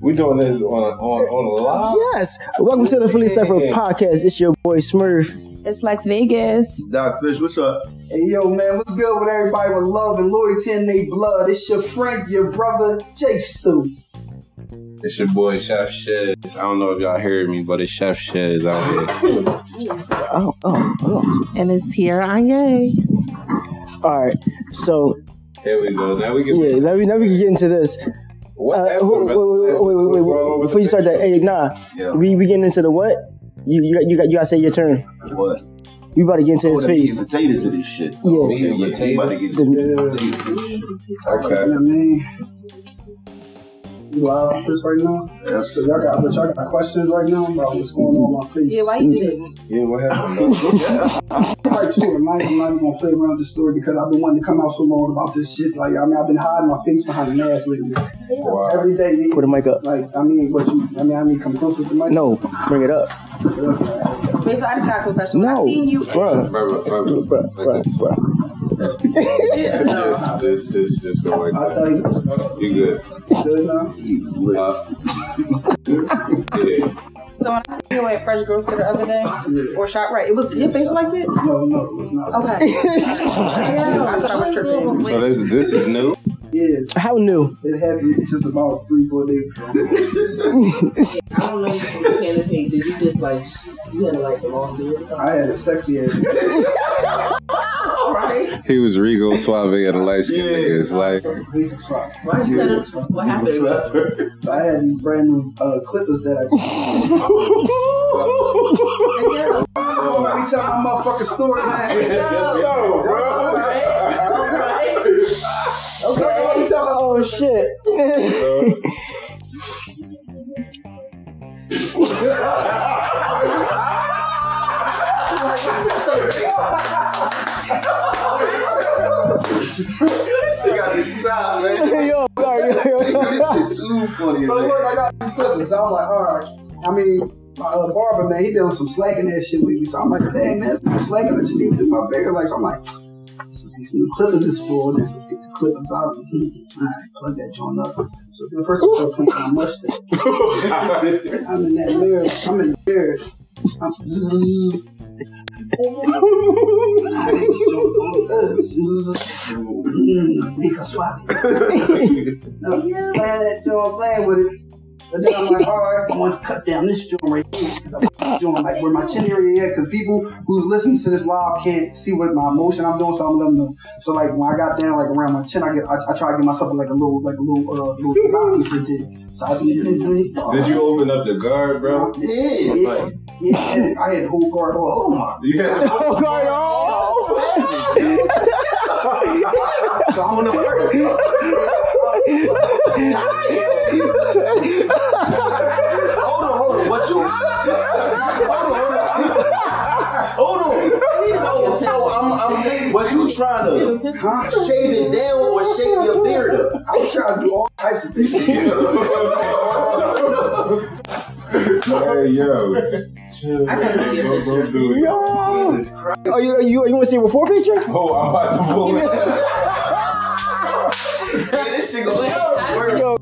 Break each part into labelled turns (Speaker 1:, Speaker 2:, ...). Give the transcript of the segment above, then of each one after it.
Speaker 1: We're doing this on on on live.
Speaker 2: Yes. Welcome to the Fully Separate Podcast. It's your boy Smurf.
Speaker 3: It's Lex Vegas.
Speaker 4: Doc Fish, what's up?
Speaker 5: Hey yo man, what's good with everybody with love and loyalty in their blood? It's your friend, your brother, Jay Stu.
Speaker 4: It's your boy Chef Shiz. I don't know if y'all heard me, but it's Chef Shiz out here.
Speaker 2: Oh, oh, oh.
Speaker 3: And it's here on Yay.
Speaker 2: All right. So
Speaker 4: Here we go. Now we
Speaker 2: yeah, let me now we can get into this.
Speaker 4: What
Speaker 2: Uh,
Speaker 4: happened?
Speaker 2: who- wait, wait, wait, wait, wait, wait, wait, Before you start that, hey, nah.
Speaker 4: Yeah.
Speaker 2: We we getting into the what? You you got you got you gotta say your turn.
Speaker 4: What?
Speaker 2: We about to get into his
Speaker 4: Put them meat
Speaker 2: face.
Speaker 4: and potatoes with this shit.
Speaker 2: Yeah.
Speaker 4: Meat and
Speaker 1: Yeah, you about to
Speaker 4: potatoes.
Speaker 2: The-
Speaker 5: You know
Speaker 4: Okay.
Speaker 5: what I mean? You live on this right now? So y'all got but y'all got questions right now about what's going on with my face.
Speaker 3: Yeah, why you do
Speaker 1: Yeah, what happened?
Speaker 5: Part two, I'm not even I'm not even gonna play around with the story because I've been wanting to come out so long about this shit. Like I mean I've been hiding my face behind an ass lately.
Speaker 4: Wow.
Speaker 5: Every day
Speaker 2: Put the mic up.
Speaker 5: like I mean what you I mean I mean come close with the mic.
Speaker 2: No, bring it up.
Speaker 3: that? Wait, so I just got a quick question. When
Speaker 2: No,
Speaker 3: I seen you,
Speaker 2: bruh,
Speaker 4: Bruh, bruh,
Speaker 2: bruh, bruh,
Speaker 4: bruh.
Speaker 2: bruh.
Speaker 4: Just, just, just, just go like
Speaker 5: I
Speaker 4: that.
Speaker 5: thought you
Speaker 4: You good?
Speaker 5: good now.
Speaker 4: Uh, yeah.
Speaker 3: so when I seen you at Fresh Grocer the other day, or Shop Right, it was your face like it.
Speaker 5: No, no, it was not.
Speaker 3: Okay, I thought I was tripping.
Speaker 4: So this, this is new.
Speaker 5: Yeah,
Speaker 2: How new?
Speaker 5: it happened just about three, four days ago.
Speaker 6: I don't know if you can if you did you just like sh- you had like a long beard or something.
Speaker 5: I had a sexy ass.
Speaker 6: All right.
Speaker 4: He was Rigo Suave and a light skinned nigga. It's like,
Speaker 6: Why you cut it? What happened?
Speaker 5: I had these brand new uh, clippers that I.
Speaker 2: Oh,
Speaker 6: Yeah,
Speaker 5: Don't let me tell my motherfucking story, man.
Speaker 1: Yo, bro.
Speaker 6: Right?
Speaker 5: Don't let me tell my
Speaker 2: Oh shit. Yo, sorry, yo, yo.
Speaker 5: So look, I got these clippers. I'm like, all right. I mean, my uh, barber man, he been on some slacking ass shit lately. So I'm like, dang man, I'm slacking. I just need to do my finger. Like, so I'm like, so these new clippers is full. And get the clippers out. Hmm, All right, plug that joint up. So the first I start playing my mustache. I'm in that mirror. I'm in the mirror. I'm Mm, Rico Suave. no, yeah. playing that joint, playing with it. But then I'm like, all right, I want to cut down this joint right here. 'Cause I want this joint like where my chin area is, because people who's listening to this live can't see what my emotion I'm doing, so I'm letting them. So like when I got down like around my chin, I get, I, I try to get myself like a little, like a little, uh, little design piece right there. So I
Speaker 1: Did you open up the guard, bro?
Speaker 5: Yeah, yeah, yeah. I had the whole guard all over my.
Speaker 1: You had to
Speaker 2: Oh, God, oh.
Speaker 5: So I'm on the first.
Speaker 1: hold on, hold on. What you? hold on, hold on. So, so I'm, I'm. Was you trying to
Speaker 5: Huh?
Speaker 1: shave it down or shave your beard up?
Speaker 5: I was trying to do all types of things.
Speaker 1: Hey yo, chill.
Speaker 6: I gotta see a
Speaker 1: Don't- don't do it.
Speaker 2: Yo.
Speaker 1: Jesus Christ.
Speaker 2: Oh, you, you, you want to see a before picture?
Speaker 1: Oh, I'm about to pull it.
Speaker 2: Yo,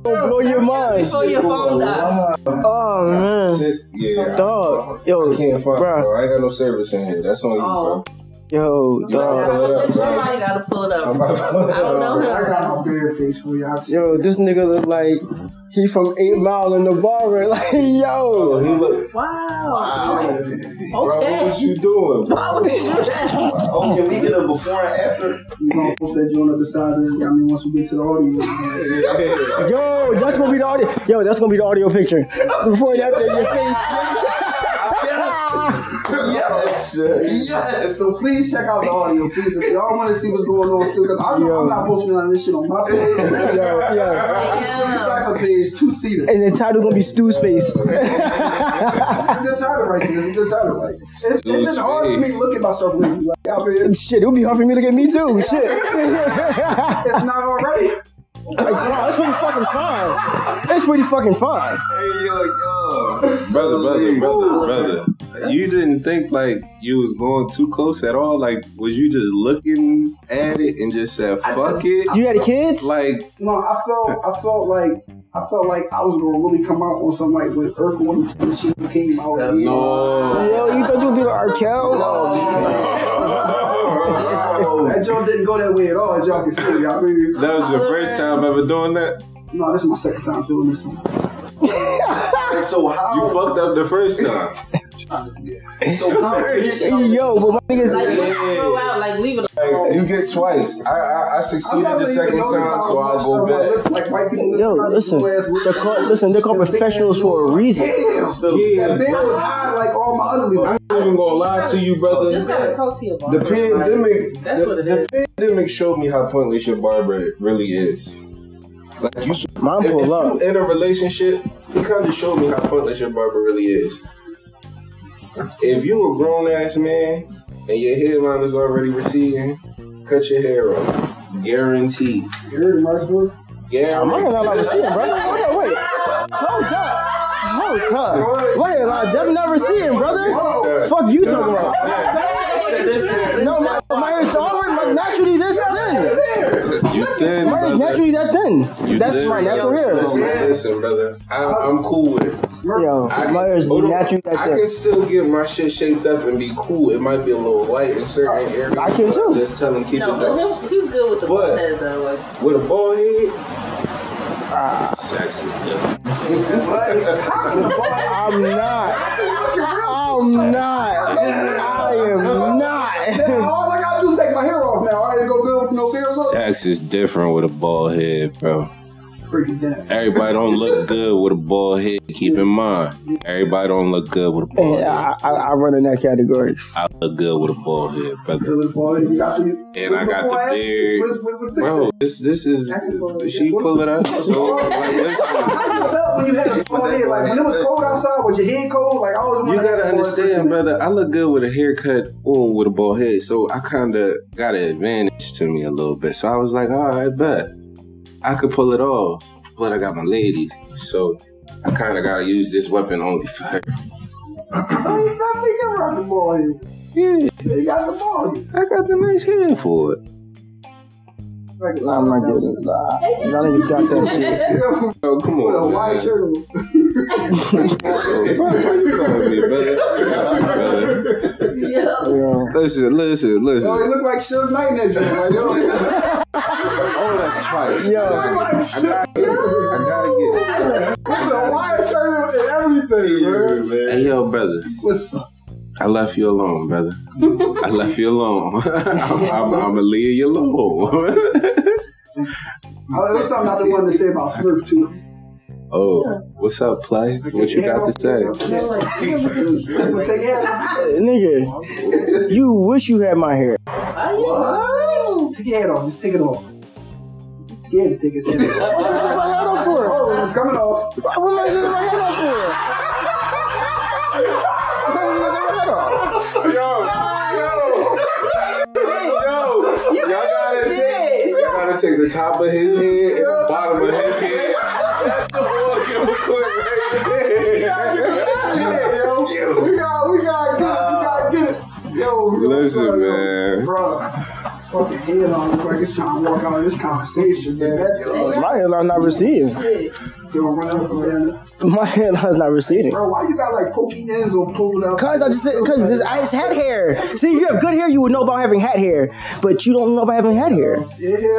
Speaker 2: gonna blow your mind.
Speaker 6: Show your phone down.
Speaker 2: Oh man,
Speaker 1: Shit, yeah.
Speaker 2: dog, yo,
Speaker 1: I can't fuck,
Speaker 2: Bruh.
Speaker 1: bro. I ain't got no service in here. That's on you, bro.
Speaker 6: Oh.
Speaker 2: yo, dog,
Speaker 6: Somebody gotta pull it
Speaker 4: oh,
Speaker 6: up. I don't know
Speaker 5: I
Speaker 6: him.
Speaker 5: got my bare face for you. I see.
Speaker 2: yo, this nigga look like he from Eight Mile in the bar, like
Speaker 1: He
Speaker 2: yo,
Speaker 4: oh,
Speaker 1: look,
Speaker 6: Wow.
Speaker 1: bro,
Speaker 6: Okay.
Speaker 1: what you doing? bro?
Speaker 6: Why would you do that?
Speaker 1: Oh, can we get a before and after?
Speaker 5: You gonna post that joint up the side of I mean, once we get to the audience. man.
Speaker 1: Yeah.
Speaker 2: yo, that's gonna be the audio, yo, that's gonna be the audio picture before and after your face.
Speaker 1: Yes. Shit.
Speaker 5: Yes. So please check out the audio, please. If y'all want to see what's going on, still, because I'm,
Speaker 2: Yo.
Speaker 5: I'm not posting none of this shit on my page.
Speaker 2: Yo, yo.
Speaker 6: Yeah.
Speaker 5: Cypher page, two seater.
Speaker 2: And the title gonna be Stu's face.
Speaker 5: That's a good title right there. That's a good title. Like, it's, it's been
Speaker 4: Stu's
Speaker 5: hard for me
Speaker 4: face.
Speaker 5: to look at myself lately. Like, I mean, it's,
Speaker 2: Shit, it would be hard for me to get me too. Shit. Like,
Speaker 5: it's not already.
Speaker 2: wow, that's pretty fucking fine. That's pretty fucking fine.
Speaker 4: brother, brother, brother, brother. You didn't think like you was going too close at all. Like, was you just looking at it and just said, "Fuck it"?
Speaker 2: You had kids?
Speaker 4: Like,
Speaker 5: No, I felt I felt like I felt like I was gonna really come out on something like with Urkel when the shit came out.
Speaker 7: Oh.
Speaker 2: Yo, you thought you would do the
Speaker 5: Oh,
Speaker 2: Arkell?
Speaker 5: That joke didn't go that way at all, as y'all can see. Y'all really,
Speaker 4: That was your first time ever doing that.
Speaker 5: no, this is my second time doing this one.
Speaker 1: And so how?
Speaker 4: You fucked up the first time.
Speaker 1: So how?
Speaker 2: Yo, but my
Speaker 6: Like,
Speaker 2: niggas,
Speaker 6: let's throw out, like, leave it
Speaker 7: Like, you get twice. I I, I
Speaker 5: I'm
Speaker 7: succeeded
Speaker 5: not
Speaker 7: the
Speaker 5: really
Speaker 7: second
Speaker 5: even noticed
Speaker 7: time,
Speaker 5: how
Speaker 7: so
Speaker 5: much
Speaker 7: I'll go
Speaker 5: of my
Speaker 7: back.
Speaker 5: lips, Like white people lips
Speaker 2: yo,
Speaker 5: trying to
Speaker 2: listen,
Speaker 5: do last week.
Speaker 2: they're called, listen, they're called professionals for a reason.
Speaker 5: Damn, that band was high like all my other lips.
Speaker 7: I'm not even gonna lie to you, brother.
Speaker 6: Just gotta talk to your
Speaker 7: The
Speaker 6: barber.
Speaker 7: pandemic,
Speaker 6: That's
Speaker 7: the,
Speaker 6: what it
Speaker 7: the pandemic showed me how pointless your barber really is. Like you, should-
Speaker 2: Mine
Speaker 7: if, if
Speaker 2: pull
Speaker 7: you
Speaker 2: up.
Speaker 7: in a relationship, it kind of showed me how pointless your barber really is. If you a grown ass man and your hairline is already receding, cut your hair off. Guaranteed.
Speaker 5: You heard Merciful?
Speaker 2: I'm not
Speaker 7: Guaranteed.
Speaker 2: gonna lie, see it, bro. Hold on, wait. Hold up. Hold up. Wait, I never never see him, brother. Fuck you talking about. No, my, my hair's always my, naturally this thin.
Speaker 4: You thin,
Speaker 2: Mine is
Speaker 4: brother.
Speaker 2: naturally that thin.
Speaker 4: You
Speaker 2: That's
Speaker 4: thin.
Speaker 2: my natural hair.
Speaker 7: Listen, listen, brother. I, I'm cool with it.
Speaker 2: Yo,
Speaker 7: I
Speaker 2: my hair is
Speaker 7: hold on.
Speaker 2: naturally that
Speaker 7: I can
Speaker 2: thin.
Speaker 7: still get my shit shaped up and be cool. It might be a little light in certain areas.
Speaker 2: I can too.
Speaker 7: Just tell him keep
Speaker 6: No,
Speaker 7: it up.
Speaker 6: but he's, he's good with the
Speaker 7: What?
Speaker 6: bald head though. Like,
Speaker 7: With a bald head,
Speaker 2: Ah.
Speaker 7: sex is good.
Speaker 2: I'm not. I'm not. I am
Speaker 5: Now,
Speaker 2: not.
Speaker 5: all Oh, I gotta do is take my hair off now. I ain't go good with no beard. look.
Speaker 4: Tax is different with a bald head, bro.
Speaker 5: Freaking damn.
Speaker 4: Everybody don't look good with a bald head. Keep in mind, everybody don't look good with a bald
Speaker 2: And
Speaker 4: head.
Speaker 2: I, I, I run in that category.
Speaker 4: I look good with a bald head, brother.
Speaker 5: Really, boy, you got to-
Speaker 4: And I got the beard.
Speaker 5: What- what- what-
Speaker 4: Bro, this this is she pull it up. So like, listen.
Speaker 5: How you felt when you had a cold head? Like when it was cold outside, was your head cold? Like I was.
Speaker 4: You gotta understand, brother. I look good with a haircut or with a bald head, so I kind of got an advantage to me a little bit. So I was like, all right, bet I could pull it off, but I got my ladies, so I kind of gotta use this weapon only for her.
Speaker 5: I ain't not thinking about the ball head.
Speaker 4: Yeah,
Speaker 5: You got the ball head.
Speaker 4: I got the nice hair for it.
Speaker 5: Like,
Speaker 2: Nah, I'm not getting it. Nah. Y'all niggas got that shit.
Speaker 5: Yo,
Speaker 4: Oh, come
Speaker 5: with a
Speaker 4: on,
Speaker 5: white
Speaker 4: man.
Speaker 5: shirt on.
Speaker 4: Bro, why you calling me, brother? brother?
Speaker 2: Yo.
Speaker 4: Listen, listen, listen.
Speaker 5: Yo, he look Oh, like Suge Knight in that joint. Like, yo, he look
Speaker 4: Oh, that's twice.
Speaker 2: Yo.
Speaker 5: like Suge
Speaker 4: I gotta get
Speaker 5: with a wire shirt on and everything,
Speaker 4: it.
Speaker 5: man.
Speaker 4: Hey, yo, brother.
Speaker 5: What's up?
Speaker 4: I left you alone, brother. I left you alone. I'm, I'm, I'm gonna leave you alone.
Speaker 5: Oh, it was something I wanted to say about Smurf too.
Speaker 4: oh, what's up, play? What you got to say?
Speaker 5: Yes. I'm gonna take it out.
Speaker 2: Nigga, you wish you had my hair.
Speaker 6: oh,
Speaker 5: Take your head off. Just take it off. I'm scared to take his head off.
Speaker 2: My head off for?
Speaker 5: Oh, it's coming off.
Speaker 2: Why would I take my head off for? Why would I take my head off?
Speaker 7: Yo, yo, yo! Y'all gotta take, y'all gotta take the top of his head and the bottom of his head. That's the organ clip right
Speaker 5: Yeah, yo. We got, we got, to get it. We got to get it. Yo, yo,
Speaker 4: Listen,
Speaker 5: bro, yo,
Speaker 4: man.
Speaker 5: Bro, fucking head on. Look like it's trying to walk out of this conversation, man. That,
Speaker 2: My hairline's not receding.
Speaker 5: yo, run up and down.
Speaker 2: My hairline's not receding.
Speaker 5: Bro, why you got like pokey ends on pulling up?
Speaker 2: Cause I just said, cause this, I, it's hat hair. See, if you have good hair, you would know about having hat hair, but you don't know about having head hair.
Speaker 5: Yeah, yeah,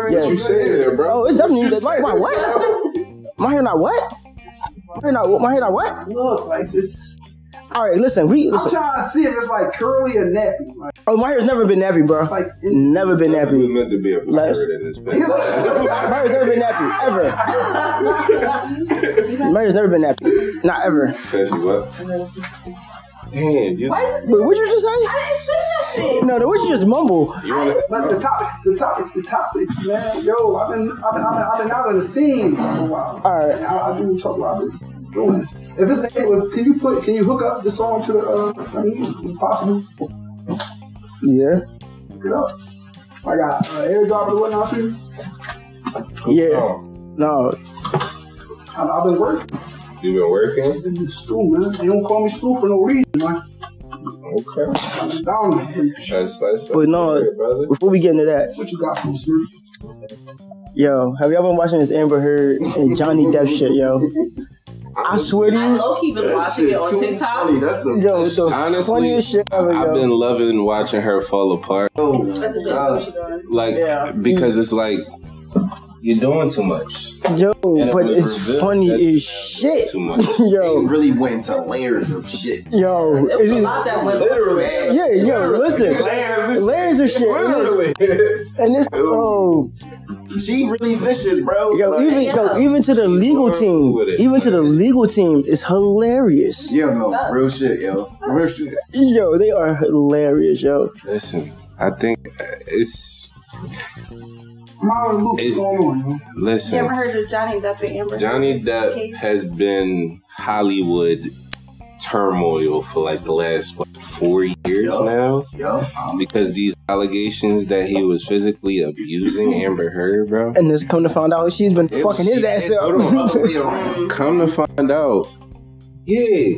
Speaker 2: Yeah.
Speaker 5: yeah.
Speaker 7: You say that, bro.
Speaker 2: Oh, it's definitely my, my what? My hair not what? My hair not my hair not what?
Speaker 5: Look, like this.
Speaker 2: All right, listen, we
Speaker 5: I'm
Speaker 2: listen.
Speaker 5: trying to see if it's like curly or nappy. Like,
Speaker 2: Oh, my hair's never been nappy, bro.
Speaker 5: like in
Speaker 2: Never been
Speaker 7: there. We
Speaker 2: nappy.
Speaker 7: meant to be a pirate in this bitch.
Speaker 2: My hair's never been nappy ever. My hair's never been nappy, not ever.
Speaker 7: Cause you what? Damn, you.
Speaker 2: But what you just say? No, no, what you just mumble?
Speaker 7: You wanna?
Speaker 5: But the topics, the topics, the topics, man. Yo, I've been, I've been, I've been, I've been out in the scene for a while.
Speaker 2: All right.
Speaker 5: And I, I do talk about it. Doing. it. If it's able, can you put, can you hook up the song to the, uh, I mean, if possible, hook
Speaker 2: Yeah,
Speaker 5: it up. I got uh, airdrop and whatnot too.
Speaker 2: yeah.
Speaker 7: Oh,
Speaker 2: No,
Speaker 5: I've, I've been working
Speaker 7: You been working?
Speaker 5: in the stool, man. They don't call me stool for no reason, man.
Speaker 7: Okay.
Speaker 5: I'm down. there.
Speaker 7: That's, that's, that's
Speaker 2: But no,
Speaker 7: good, brother.
Speaker 2: before we get into that,
Speaker 5: What you got from Smurf?
Speaker 2: Yo, have y'all been watching this Amber Heard and Johnny Depp shit, yo? I swear to
Speaker 6: I
Speaker 2: you,
Speaker 6: low key been
Speaker 1: That
Speaker 6: watching it
Speaker 1: shit
Speaker 6: on
Speaker 1: too
Speaker 6: TikTok.
Speaker 1: funny. That's the
Speaker 2: yo, it's the
Speaker 4: Honestly,
Speaker 2: funniest shit ever,
Speaker 4: I've
Speaker 2: yo.
Speaker 4: been loving watching her fall apart.
Speaker 1: oh,
Speaker 3: That's a good
Speaker 1: God.
Speaker 3: what she doing.
Speaker 4: Like
Speaker 2: Yeah.
Speaker 4: because it's like you're doing too much.
Speaker 2: Yo,
Speaker 4: And it
Speaker 2: but
Speaker 4: was
Speaker 2: it's
Speaker 4: revealed that
Speaker 2: funny
Speaker 4: you
Speaker 2: as shit.
Speaker 4: Too much.
Speaker 1: They
Speaker 2: Yo,
Speaker 1: really went into layers of shit.
Speaker 2: yo.
Speaker 6: It was a
Speaker 2: it is-
Speaker 6: lot that went
Speaker 1: Literally.
Speaker 2: Yeah, yo, listen.
Speaker 1: Layers of
Speaker 2: Layers of shit. yo.
Speaker 1: shit. Literally.
Speaker 2: And this, oh,
Speaker 1: she really vicious, bro.
Speaker 2: yo,
Speaker 1: Like,
Speaker 2: even, yo, even to the legal team, even to the legal team is hilarious.
Speaker 1: you don't know, real shit, yo. Real shit.
Speaker 2: Yo, they are hilarious, yo.
Speaker 4: Listen, I think uh, it's
Speaker 5: Marlon Luke, what's
Speaker 4: It-
Speaker 5: going on? yo?
Speaker 3: You
Speaker 4: listen.
Speaker 3: ever heard of Johnny Depp and Amber?
Speaker 4: Johnny Depp
Speaker 3: Case?
Speaker 4: has been Hollywood turmoil for like the last what, four years now
Speaker 1: Yo, um,
Speaker 4: because these allegations that he was physically abusing Amber Heard, bro.
Speaker 2: And just come to find out she's been fucking his ass
Speaker 4: Hold on,
Speaker 2: up.
Speaker 4: other way around. Come to find out, yeah,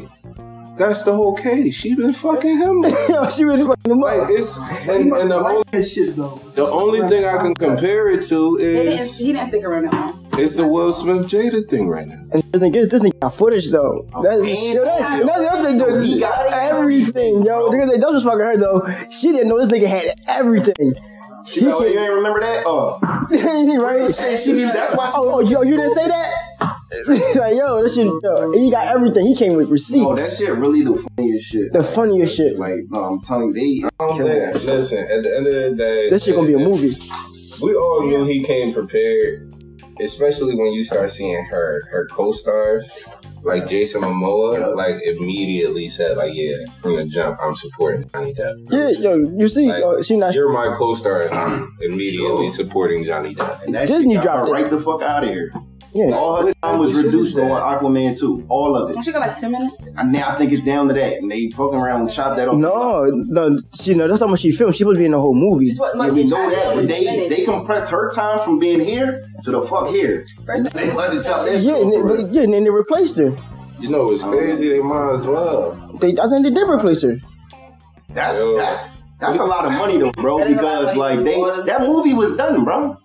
Speaker 4: that's the whole case. She been fucking him. Like
Speaker 2: yo, she really fucking him up.
Speaker 4: it's
Speaker 5: He
Speaker 4: and,
Speaker 5: must
Speaker 4: and the only
Speaker 5: like that shit though.
Speaker 4: the only thing I can compare it to
Speaker 3: He didn't,
Speaker 4: is
Speaker 3: he didn't stick around that long.
Speaker 4: it's the Will Smith Jada thing right now.
Speaker 2: And the thing is, this nigga got footage though. That's, yo, that, that's the other thing, though. He got everything,
Speaker 1: Oh.
Speaker 2: yo. Because they was fucking her though. She didn't know this nigga had everything.
Speaker 1: she got, you ain't remember that? Oh,
Speaker 2: right?
Speaker 1: she be, that's why she.
Speaker 2: Oh, oh, yo, you didn't say that? like, yo, this shit, yo, he got everything. He came with receipts.
Speaker 1: Oh, that shit really the funniest shit.
Speaker 2: the funniest shit.
Speaker 1: Like, no, I'm telling you, they
Speaker 7: don't
Speaker 1: killing that
Speaker 7: think-
Speaker 1: shit.
Speaker 7: Listen, at the end of the day,
Speaker 2: This shit gonna be a movie.
Speaker 7: We all knew he came prepared, especially when you start seeing her her co-stars like Jason Momoa,
Speaker 1: Yeah.
Speaker 7: like immediately said like, yeah, from the jump, I'm supporting Johnny Depp.
Speaker 2: Yeah, yo, you see,
Speaker 7: Like,
Speaker 2: uh, she not.
Speaker 7: You're my co-star, and I'm immediately supporting Johnny Depp.
Speaker 1: And that
Speaker 2: Disney
Speaker 1: shit got her
Speaker 2: dropped it.
Speaker 1: right the fuck out of here.
Speaker 2: Yeah,
Speaker 1: All her time was reduced on Aquaman 2. All of it.
Speaker 3: Don't she got like ten minutes?
Speaker 1: And now I think it's down to that. And they fucking around and chop that off.
Speaker 2: no, no, she no. That's how much she filmed. She supposed to be in the whole movie.
Speaker 3: What,
Speaker 1: Yeah,
Speaker 3: like,
Speaker 1: we
Speaker 3: they
Speaker 1: know
Speaker 3: tried
Speaker 1: that,
Speaker 3: to
Speaker 1: but
Speaker 3: do
Speaker 1: they
Speaker 3: it.
Speaker 1: they compressed her time from being here to the fuck here.
Speaker 3: First
Speaker 1: They let to chop
Speaker 2: Yeah,
Speaker 1: that shit
Speaker 2: and
Speaker 1: off
Speaker 2: they,
Speaker 1: for real.
Speaker 2: but- yeah, and then they replaced her.
Speaker 7: You know, it's crazy. They might as well.
Speaker 2: They, I think they did replace her.
Speaker 1: That's
Speaker 7: Yo.
Speaker 1: that's that's a lot of money though, bro.
Speaker 3: That is a lot of
Speaker 1: Because
Speaker 3: money.
Speaker 1: like they that movie was done, bro.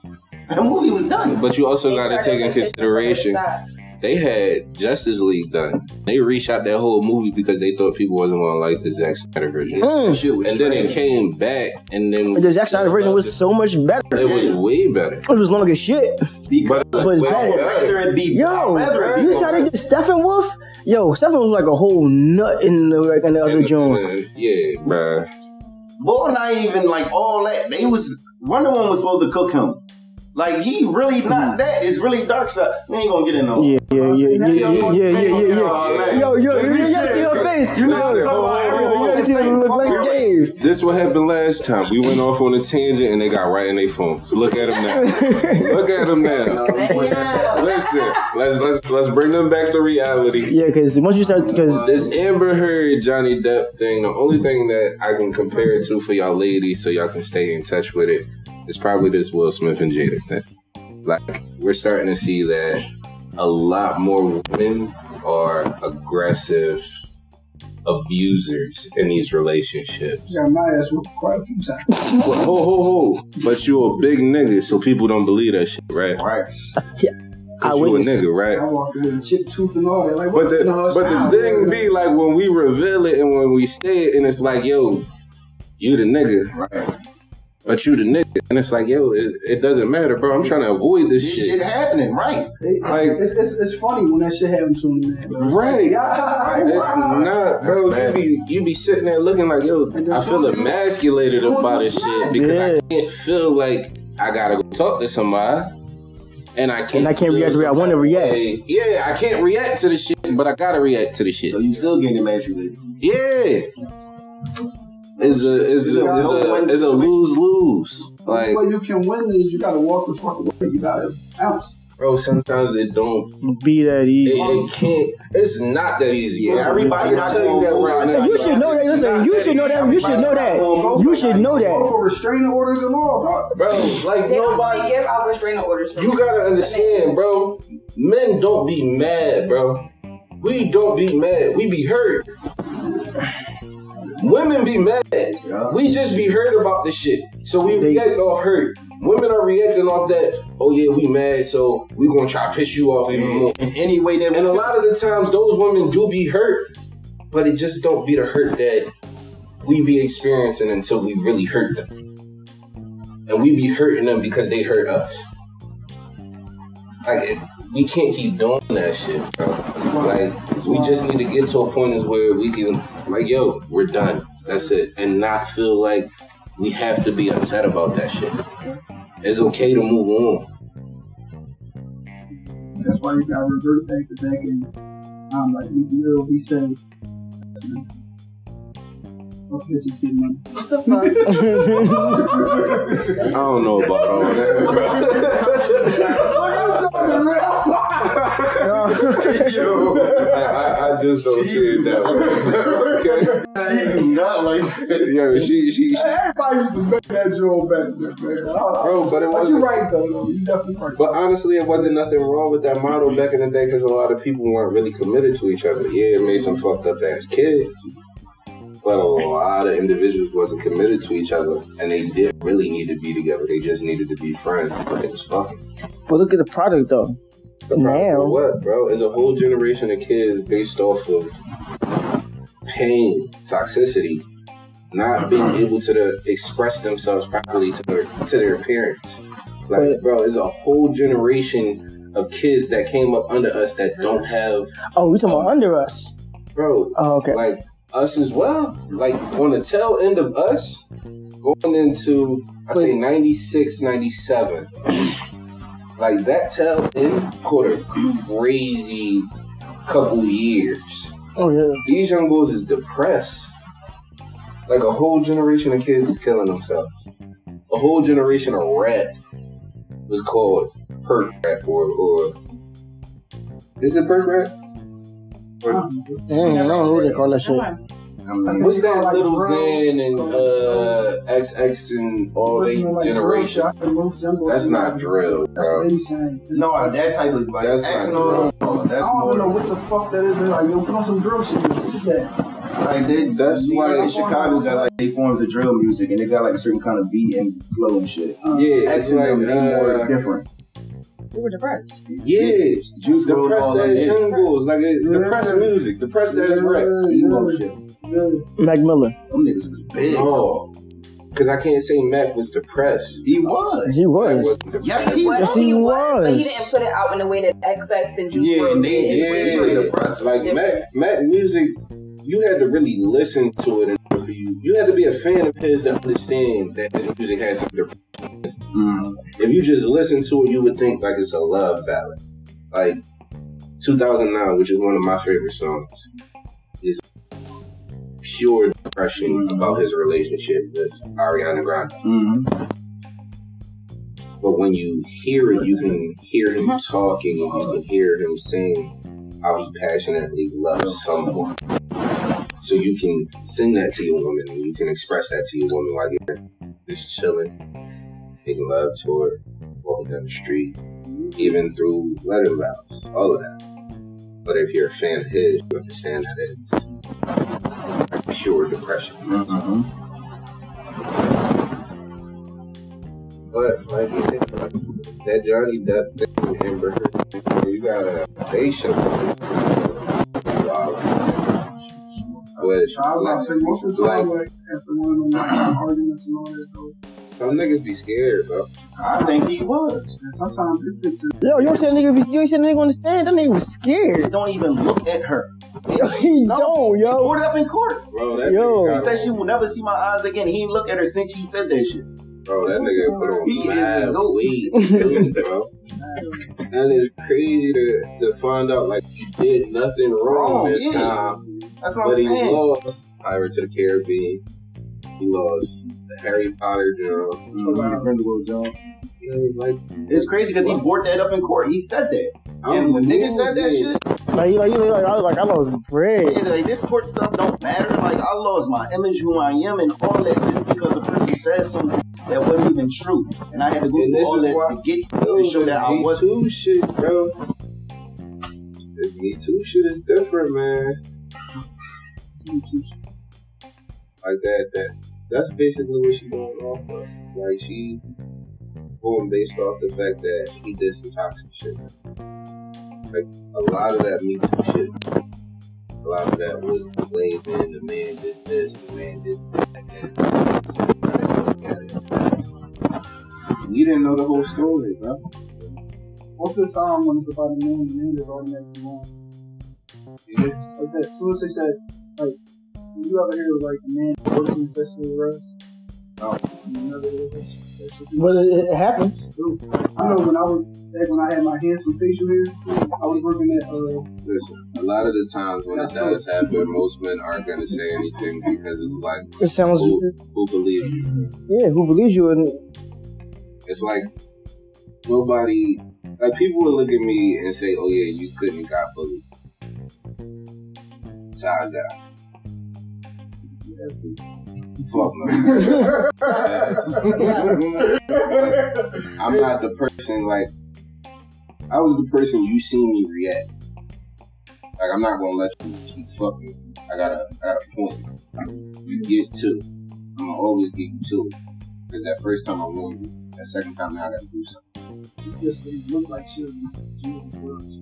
Speaker 1: That movie was done.
Speaker 4: But you also
Speaker 3: They
Speaker 4: got to
Speaker 3: tried
Speaker 4: take in
Speaker 3: fix it from the other
Speaker 4: consideration
Speaker 3: side.
Speaker 4: they had Justice League done. They reshot that whole movie because they thought people wasn't gonna like the Zack Snyder version.
Speaker 1: That
Speaker 2: Mm.
Speaker 1: shit was
Speaker 4: And then it
Speaker 1: trash.
Speaker 4: came back, and then
Speaker 2: The Zack Snyder version was so much better.
Speaker 4: it was way better.
Speaker 2: It was long as shit,
Speaker 1: because
Speaker 2: but it's
Speaker 1: I would
Speaker 2: better.
Speaker 1: rather it be I'd
Speaker 2: Yo,
Speaker 1: rather it be
Speaker 2: you try to get Steppenwolf? Yo, Steppenwolf was like a whole nut in the like, in the other joint.
Speaker 4: Uh, yeah, bruh.
Speaker 1: Boy, not even like all that. They was Wonder Woman was supposed to cook him. Like he really
Speaker 4: Mm.
Speaker 1: not that. It's really dark side. We ain't gonna get in on.
Speaker 2: Yeah, yeah, yeah, yeah, yeah, yeah, yeah, yeah. yeah. Yo, yo, you gotta see her face. You know, yo, you gotta see her look like Dave.
Speaker 4: This what happened last time. We went off on a tangent, and they got right in their phones. Look at them now. Look at them now.
Speaker 3: Yeah.
Speaker 4: Listen, let's let's let's bring them back to reality.
Speaker 2: Yeah, because once you start, because
Speaker 4: This Amber Heard Johnny Depp thing, the only thing that I can compare it to for y'all ladies so y'all can stay in touch with it is probably this Will Smith and Jada thing. Like, we're starting to see that a lot more women are aggressive abusers in these relationships.
Speaker 5: Yeah, my ass whooped quite a few times.
Speaker 4: Ho, ho, ho, ho. But you a big nigga, so people don't believe that shit, right?
Speaker 1: Right.
Speaker 2: I
Speaker 4: Cause you a
Speaker 2: witnessed-
Speaker 4: nigga, right?
Speaker 5: I walked in with a chip tooth and all that. Like, what
Speaker 4: But the,
Speaker 5: no, it's
Speaker 4: but the
Speaker 5: not.
Speaker 4: thing be like when we reveal it and when we say it and it's like yo, you the nigga,
Speaker 1: Right.
Speaker 4: but you the nigga, and it's like yo, it, it doesn't matter, bro. I'm trying to avoid this
Speaker 1: This shit
Speaker 4: shit.
Speaker 1: happening. Right.
Speaker 5: It-
Speaker 4: like-
Speaker 5: it's, it's, it's funny when that shit happens to him, man.
Speaker 4: Right?
Speaker 5: Yeah.
Speaker 4: It's not, bro. You
Speaker 1: That's bad.
Speaker 4: be you be sitting there looking like yo, I feel emasculated about this shit because
Speaker 2: Yeah.
Speaker 4: I can't feel like I gotta go talk to somebody. And I can't.
Speaker 2: I can't
Speaker 4: feel
Speaker 2: react the way I
Speaker 4: some
Speaker 2: wanna
Speaker 4: type of
Speaker 2: react.
Speaker 4: way. Yeah, I can't react to the shit, but I gotta react to the shit.
Speaker 1: So you still getting emaciated.
Speaker 4: Yeah. It's a it's a it's a, it's a lose lose.
Speaker 5: the
Speaker 4: Like
Speaker 5: way you can win is you gotta walk the fuck away. You gotta bounce.
Speaker 4: bro, sometimes it don't
Speaker 2: be that
Speaker 4: it,
Speaker 2: easy.
Speaker 4: it can't it's not that easy.
Speaker 1: Yeah, everybody
Speaker 4: I
Speaker 1: not
Speaker 4: tell you
Speaker 1: gonna
Speaker 4: that right
Speaker 1: move.
Speaker 4: now.
Speaker 2: You should know that. Listen, you should know that. You should know that. You should know
Speaker 5: Go
Speaker 2: that.
Speaker 5: for restraining orders and all, dog.
Speaker 4: Bro, like
Speaker 3: They, don't, they
Speaker 4: nobody
Speaker 3: give out restraining orders. for
Speaker 4: you gotta understand, bro. Men don't be mad, bro. We don't be mad. We be hurt. Women be mad. We just be hurt about the shit. So we react off hurt. Women are reacting off that. Oh yeah, we mad, so we gonna try to piss you off even more.
Speaker 1: in any way that
Speaker 4: And a lot of the times, those women do be hurt, but it just don't be the hurt that we be experiencing until we really hurt them, and we be hurting them because they hurt us. Like it- we can't keep doing that shit, bro. Like we just need to get to a point is where we can, like, yo, we're done. That's it, and not feel like we have to be upset about that shit. It's okay to move on.
Speaker 5: That's why you gotta revert back to back and um, like we will be safe. Okay, just get money.
Speaker 8: What the fuck?
Speaker 9: I don't know about all that.
Speaker 4: I, I, I just don't see it that way.
Speaker 1: not like
Speaker 4: Okay? Yo, she, she,
Speaker 5: Everybody used to bet that Joel back then, man. I- I-
Speaker 4: bro, but it
Speaker 5: But you're
Speaker 4: wasn't.
Speaker 5: right though, though. You definitely right.
Speaker 4: But honestly, it wasn't nothing wrong with that model back in the day because a lot of people weren't really committed to each other. Yeah, it made some fucked up ass kids, but a lot of individuals wasn't committed to each other, and they didn't really need to be together. They just needed to be friends, but it was fucking.
Speaker 2: But look at the product though.
Speaker 4: The problem
Speaker 2: Now.
Speaker 4: with what, bro? Is a whole generation of kids based off of pain, toxicity, not being able to the, express themselves properly to their to their parents. Like,
Speaker 2: But-
Speaker 4: bro, is a whole generation of kids that came up under us that don't have,
Speaker 2: Oh, we talking about under us.
Speaker 4: bro,
Speaker 2: Oh, okay.
Speaker 4: like us as well. Like on the tail end of us, going into I say 96, 97. like that tail end caught a crazy couple years
Speaker 2: Oh yeah.
Speaker 4: these young boys is depressed. Like a whole generation of kids is killing themselves. A whole generation of rap was called perk rap or, or is it perk rap? Or,
Speaker 2: Dang, I don't know what they call that shit.
Speaker 4: what's that little Zen and uh, XX and all Oh, they
Speaker 5: Listen to, like,
Speaker 4: generation?
Speaker 5: Drill Shop and Moose Jumbo.
Speaker 4: That's not drill,
Speaker 5: That's what
Speaker 4: bro.
Speaker 5: they be saying.
Speaker 1: no, that type of like
Speaker 4: That's
Speaker 1: that's
Speaker 4: not
Speaker 1: accidental.
Speaker 5: I
Speaker 1: That's
Speaker 5: don't even know
Speaker 1: more
Speaker 5: what the fuck that is. They're like, yo, put on some drill shit. What is that?
Speaker 1: like they,
Speaker 4: That's
Speaker 1: you
Speaker 4: like-
Speaker 1: know, Chicago got like they forms of drill music and they got like a certain kind of beat and flow and shit.
Speaker 4: Yeah, it's like
Speaker 1: Accidental they more
Speaker 4: uh,
Speaker 1: different.
Speaker 8: We were depressed.
Speaker 4: yeah,
Speaker 1: Juice rolled
Speaker 4: depressed
Speaker 1: all
Speaker 4: ass
Speaker 1: in there.
Speaker 4: young boys, like uh,
Speaker 5: Yeah.
Speaker 4: depressed music, depressed ass rap, emo shit.
Speaker 5: Yeah.
Speaker 2: Mac Miller.
Speaker 1: Them niggas was big.
Speaker 4: Oh, because I can't say Mac was depressed.
Speaker 1: He was.
Speaker 2: He
Speaker 4: Mac
Speaker 2: was.
Speaker 4: wasn't depressed.
Speaker 1: Yes, he was.
Speaker 2: Yes, he
Speaker 10: But
Speaker 2: was.
Speaker 10: he didn't put it out in a way that XX and Juice
Speaker 1: Yeah,
Speaker 10: WRLD
Speaker 1: and they-
Speaker 10: did.
Speaker 1: He was
Speaker 4: Yeah,
Speaker 1: depressed.
Speaker 4: like Mac, Mac music, you had to really listen to it in order for you. You had to be a fan of his to understand that his music has some depression.
Speaker 1: Mm.
Speaker 4: If you just listen to it, you would think like it's a love ballad. Like 2009, which is one of my favorite songs, is pure depression about his relationship with Ariana Grande.
Speaker 1: Mm.
Speaker 4: But when you hear it, you can hear him talking and you can hear him saying how he passionately loves someone. So you can sing that to your woman and you can express that to your woman while you're just chilling, making love to her, walking down the street, even through letter routes, all of that. But if you're a fan of his, you understand that it's pure depression.
Speaker 1: Mhm.
Speaker 4: But like, you think, like that Johnny Depp thing with Amber Heard, you gotta they should. Wow. Which,
Speaker 5: I was about to say, most of the
Speaker 4: like,
Speaker 5: time, like, after one of them like, arguments and all that, though,
Speaker 4: some niggas be scared, bro.
Speaker 1: I think he was.
Speaker 5: and sometimes it fixes
Speaker 2: Yo, you don't see that nigga. be- You ain't see that nigga on the stand. That nigga was scared.
Speaker 1: Don't even look at her.
Speaker 2: Yo, he don't, yo.
Speaker 1: Pulled it up in court.
Speaker 4: Bro, that
Speaker 2: Yo.
Speaker 1: He
Speaker 4: nigga,
Speaker 1: said
Speaker 4: got,
Speaker 1: she will never see my eyes again. He ain't look at her since he said that shit.
Speaker 4: bro, that nigga put on
Speaker 1: He is
Speaker 4: mad
Speaker 1: a goat.
Speaker 4: weight, dude, bro. And it's crazy to, to find out like you did nothing wrong
Speaker 1: Wrong,
Speaker 4: this
Speaker 1: Oh, yeah.
Speaker 4: time.
Speaker 1: That's what
Speaker 4: But
Speaker 1: I'm
Speaker 4: he
Speaker 1: saying.
Speaker 4: lost Pirates of the Caribbean. He lost the Harry Potter girl.
Speaker 1: Mhm.
Speaker 5: Grindelwald Jones.
Speaker 4: You know, Like,
Speaker 1: It's crazy because he brought that up in court. He said that.
Speaker 4: I'm
Speaker 1: And the nigga said that
Speaker 4: losing.
Speaker 1: shit.
Speaker 2: Like, you like, you like, I was like, I lost bread.
Speaker 1: Yeah, like this court stuff don't matter. Like I lost my image, who I am, and all that just because a person said something that wasn't even true, and I had to go
Speaker 4: And
Speaker 1: through
Speaker 4: this
Speaker 1: all
Speaker 4: is
Speaker 1: that
Speaker 4: why-
Speaker 1: to get
Speaker 4: Yo,
Speaker 1: to show that I
Speaker 4: Oh, Me
Speaker 1: was.
Speaker 4: Too shit, bro. This Me Too shit is different, man. Like that, that that's basically what she's going off of. Like she's boom based off the fact that he did some toxic shit. Like a lot of that Me Too shit. A lot of that was the blame man, the man did this, the man did that, and so you gotta look at it as, we didn't know the whole story, bro.
Speaker 5: Most of the time when it's about the man, the man is already making wrong.
Speaker 4: You know?
Speaker 5: Just like that. As soon as they said, like, when you ever hear like the man working sexual arrest?
Speaker 4: No.
Speaker 5: You never hear that shit. That shit
Speaker 2: But it, it happens.
Speaker 5: I know when I was back when I had my handsome facial hair, I was working at uh
Speaker 4: Listen, a lot of the times when it does happen, most men aren't gonna say anything because it's like,
Speaker 2: It sounds.
Speaker 4: who, who believes you?
Speaker 2: Yeah, who believes you? And
Speaker 4: It's like nobody, like people would look at me and say, "Oh yeah, you couldn't have got bullied." Size that. Fuck no. I'm not the person like I was the person you see me react. Like I'm not gonna let you keep fucking. I got to I got a point. You get two. I'm gonna always get you two. Cause that first time I won you. That second time now I gotta do something.
Speaker 5: just it looked like shit was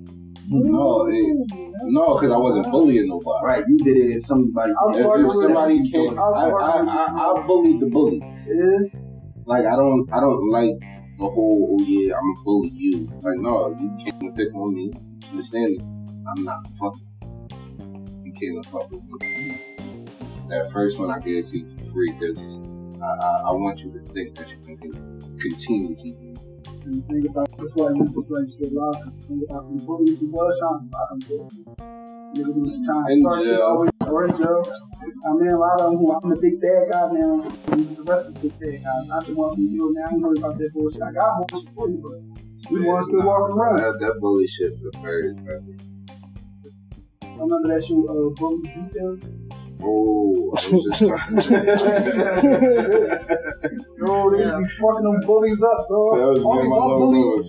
Speaker 4: No, it, no, because I wasn't bullying nobody.
Speaker 1: Right, you did it if somebody.
Speaker 5: I was
Speaker 4: If,
Speaker 5: working
Speaker 4: if
Speaker 5: with
Speaker 4: somebody came, I, I, I, I bullied the bully.
Speaker 5: Yeah.
Speaker 4: Like I don't, I don't like the whole. Oh yeah, I'm gonna bully you. Like no, you came to pick on me. Understand? I'm not fucking. You came to fuck with me. That first one I gave to you for free because I, I, I want you to think that you can con- continue keeping. me.
Speaker 5: And think about this way, this way, just get locked. Think about the bullies who was trying to lock them. Niggas who was trying to
Speaker 4: In
Speaker 5: start shit
Speaker 4: jail.
Speaker 5: always or in jail. I mean, a lot of them who I'm the big bad guy now, and the rest of the big bad guys. Not the ones who you know now who know about that bullshit. I got bullshit for you, but we want to still walk around.
Speaker 4: That, that bully shit was very, very
Speaker 5: Remember that show, uh, Bully Beat Them?
Speaker 4: Oh, I was just trying that
Speaker 5: Yo, they just be fucking them bullies up, bro.
Speaker 4: was
Speaker 5: All
Speaker 4: one
Speaker 5: these
Speaker 4: of my little
Speaker 5: all bullies.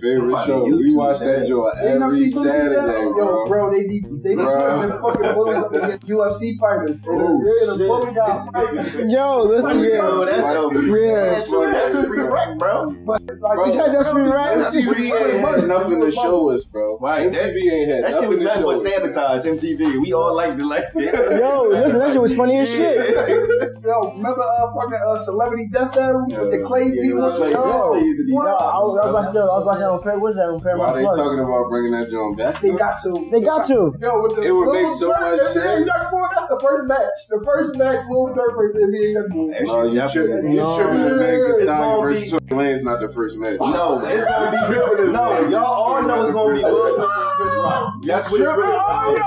Speaker 4: brother's favorite show. We watched that show
Speaker 5: They not
Speaker 4: every
Speaker 5: see bullies together?
Speaker 4: Saturday,
Speaker 5: Yo,
Speaker 4: bro.
Speaker 5: bro, they be they be
Speaker 4: Bro.
Speaker 5: putting them fucking bullies up against UFC fighters. They
Speaker 1: Oh,
Speaker 5: oh, yeah, the
Speaker 1: shit.
Speaker 5: bully got fighting.
Speaker 2: yo, listen,
Speaker 1: Yo,
Speaker 2: yeah,
Speaker 1: that's
Speaker 2: yeah.
Speaker 1: that's a free rec, bro.
Speaker 5: Like,
Speaker 4: Bro.
Speaker 2: You had that street right?
Speaker 4: MTV ain't had nothing to show us, bro.
Speaker 1: Right, that-
Speaker 4: MTV ain't had
Speaker 1: That shit
Speaker 4: nothing
Speaker 1: was
Speaker 4: to
Speaker 1: nothing
Speaker 4: show
Speaker 1: but
Speaker 4: us.
Speaker 1: sabotage. MTV. We all liked it like that.
Speaker 2: Yo, listen, that shit was funny as shit.
Speaker 5: yo, remember uh, fucking uh, celebrity death battle with the clay
Speaker 1: Yeah,
Speaker 5: people?
Speaker 1: Clay
Speaker 5: Yo,
Speaker 1: Beatles used to be
Speaker 5: what?
Speaker 2: No, I was, I was watching. I was watching on Paramount. What's that on
Speaker 4: Why
Speaker 2: Paramount
Speaker 4: they
Speaker 2: Plus?
Speaker 4: talking about bringing that joint back?
Speaker 5: They got to.
Speaker 2: They got to.
Speaker 5: Yo, with the
Speaker 4: It would
Speaker 5: Lil
Speaker 4: make so
Speaker 5: Durk
Speaker 4: much
Speaker 5: and Young
Speaker 4: sense.
Speaker 5: Boy, That's the first match. The first match, Lil Durk versus NBA Youngboy.
Speaker 4: No, uh, you tripping. You
Speaker 2: No.
Speaker 4: tripping the man. 'cause
Speaker 1: It's
Speaker 4: Stallion
Speaker 1: gonna
Speaker 4: versus Tory Lane's not the first match.
Speaker 1: No, it's gonna be
Speaker 4: Tripping
Speaker 1: tripping.
Speaker 4: is
Speaker 1: No,
Speaker 4: like-
Speaker 1: y'all all know it's gonna be Will Smith versus Chris Rock. That's what it's gonna be.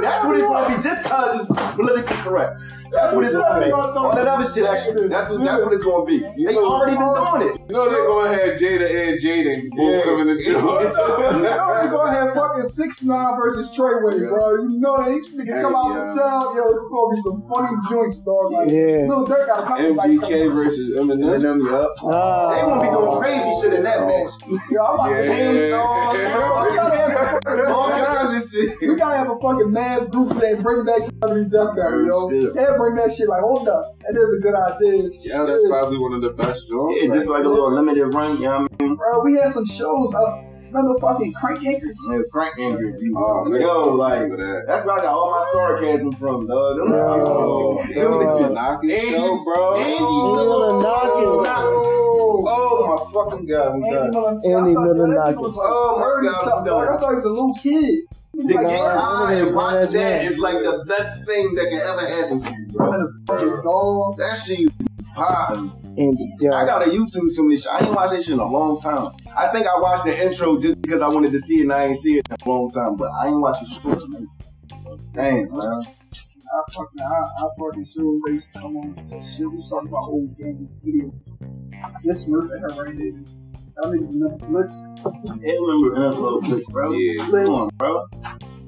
Speaker 1: That's what it's gonna be. Just cause it's politically correct. That's what it's gonna be. All that other shit, actually. That's what. That's what it's gonna be. They already been doing it.
Speaker 4: You know they're going to have Jada and Jaden both
Speaker 1: Yeah.
Speaker 4: coming to
Speaker 5: You
Speaker 4: jail.
Speaker 5: know they gonna have fucking six nine versus Trey Way, bro. You know that each nigga come out
Speaker 4: Yeah.
Speaker 5: the cell, yo, it's gonna be some funny joints, dog. Like,
Speaker 2: Yeah.
Speaker 5: Lil Durk got a couple like,
Speaker 4: MGK versus Eminem.
Speaker 2: Uh,
Speaker 1: They won't be doing crazy shit in that match.
Speaker 5: yo, I'm about to
Speaker 4: Yeah.
Speaker 5: change songs. Yo, we gotta have a fucking-
Speaker 1: All kinds of shit.
Speaker 5: We gotta have a fucking mass group saying bring back celebrity death battle, yo.
Speaker 1: Shit.
Speaker 5: And bring that shit like hold up, that is a good idea.
Speaker 4: Yeah, that's
Speaker 5: Shit.
Speaker 4: probably one of the best joints.
Speaker 1: Yeah, just like a little limited run. You know what I mean?
Speaker 5: bro. We had some shows of motherfucking crank anchors.
Speaker 1: Yeah, Frank Andrews.
Speaker 4: Oh, man.
Speaker 1: Yo, like,
Speaker 4: for that.
Speaker 1: that's where I got all my sarcasm from, dog. Them
Speaker 4: Oh,
Speaker 1: niggas- them niggas-
Speaker 4: knocking
Speaker 1: Andy-
Speaker 4: show, bro.
Speaker 1: Andy
Speaker 2: Miller
Speaker 1: Miller-
Speaker 2: Knockins.
Speaker 1: Oh, my fucking God. we
Speaker 5: Andy
Speaker 1: got-
Speaker 5: Miller,
Speaker 2: Andy Miller Knockers.
Speaker 5: Oh my god, I thought he was a little kid.
Speaker 1: To
Speaker 5: Like,
Speaker 1: get
Speaker 5: yeah,
Speaker 1: high and watch
Speaker 2: That's
Speaker 1: that
Speaker 2: man.
Speaker 1: is like the best thing that can ever happen to you,
Speaker 5: I'm
Speaker 1: bro.
Speaker 5: in a fucking dog.
Speaker 1: That shit popping.
Speaker 2: Andy,
Speaker 1: I
Speaker 2: yeah.
Speaker 1: got a YouTube some of this shit. I ain't watched that shit in a long time. I think I watched the intro just because I wanted to see it and I ain't see it in a long time, but I ain't watched the short, man. Damn, man.
Speaker 5: I fucking, I, I fucking sure they used to come on with that shit. We was talking about old game video. This Smurf and her right there. I mean, no, let's
Speaker 1: They remember NFL clips, bro.
Speaker 4: Yeah.
Speaker 1: Come on, bro.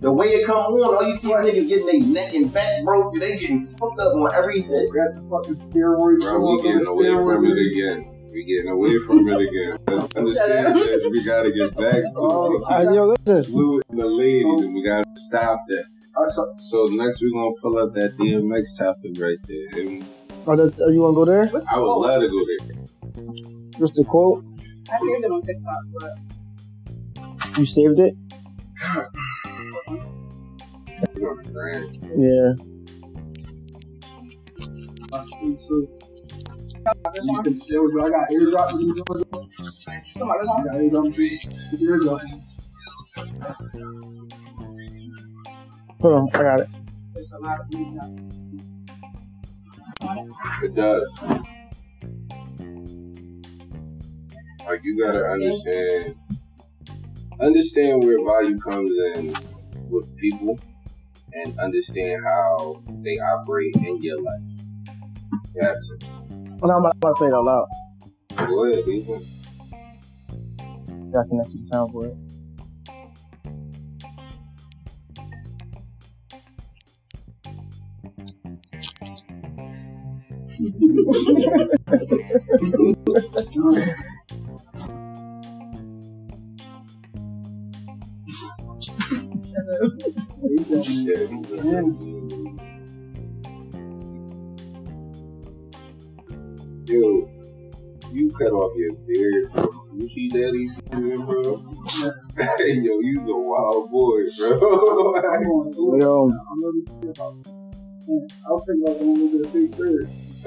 Speaker 1: The way it come on, all you see is niggas getting their neck and back broke. They getting fucked up on every bit.
Speaker 5: grab the fucking steroid.
Speaker 4: Bro, we getting away from it again. We getting away from it again. Let's understand this. We gotta get back to
Speaker 5: Oh,
Speaker 2: Uh, yo, listen.
Speaker 4: Lou and the ladies, and we gotta stop that.
Speaker 5: I saw,
Speaker 4: So next we gonna pull up that DMX topic right there. And
Speaker 2: Oh, Are, the, are you gonna go there?
Speaker 4: I would love to go there.
Speaker 2: Just a quote.
Speaker 10: I saved it on TikTok, but
Speaker 2: You saved it? Yeah.
Speaker 5: I got eardrops. in these joints. Come on, I got eardrops. Eardrops.
Speaker 2: Hold on, I got it.
Speaker 4: It does. Like you gotta understand, understand where value comes in with people, and understand how they operate in your life. You have to.
Speaker 2: Well, no, I'm not going to play it out loud.
Speaker 4: Go ahead, Ethan.
Speaker 2: Yeah, I can actually soundboard.
Speaker 4: Yo, you cut off your beard, bro. You see that he season, bro? Yo, you a wild boy, bro.
Speaker 5: Come on, dude.
Speaker 2: Yo,
Speaker 5: I'm really thinking about. Man, I was thinking about going over to Big Bird.
Speaker 4: I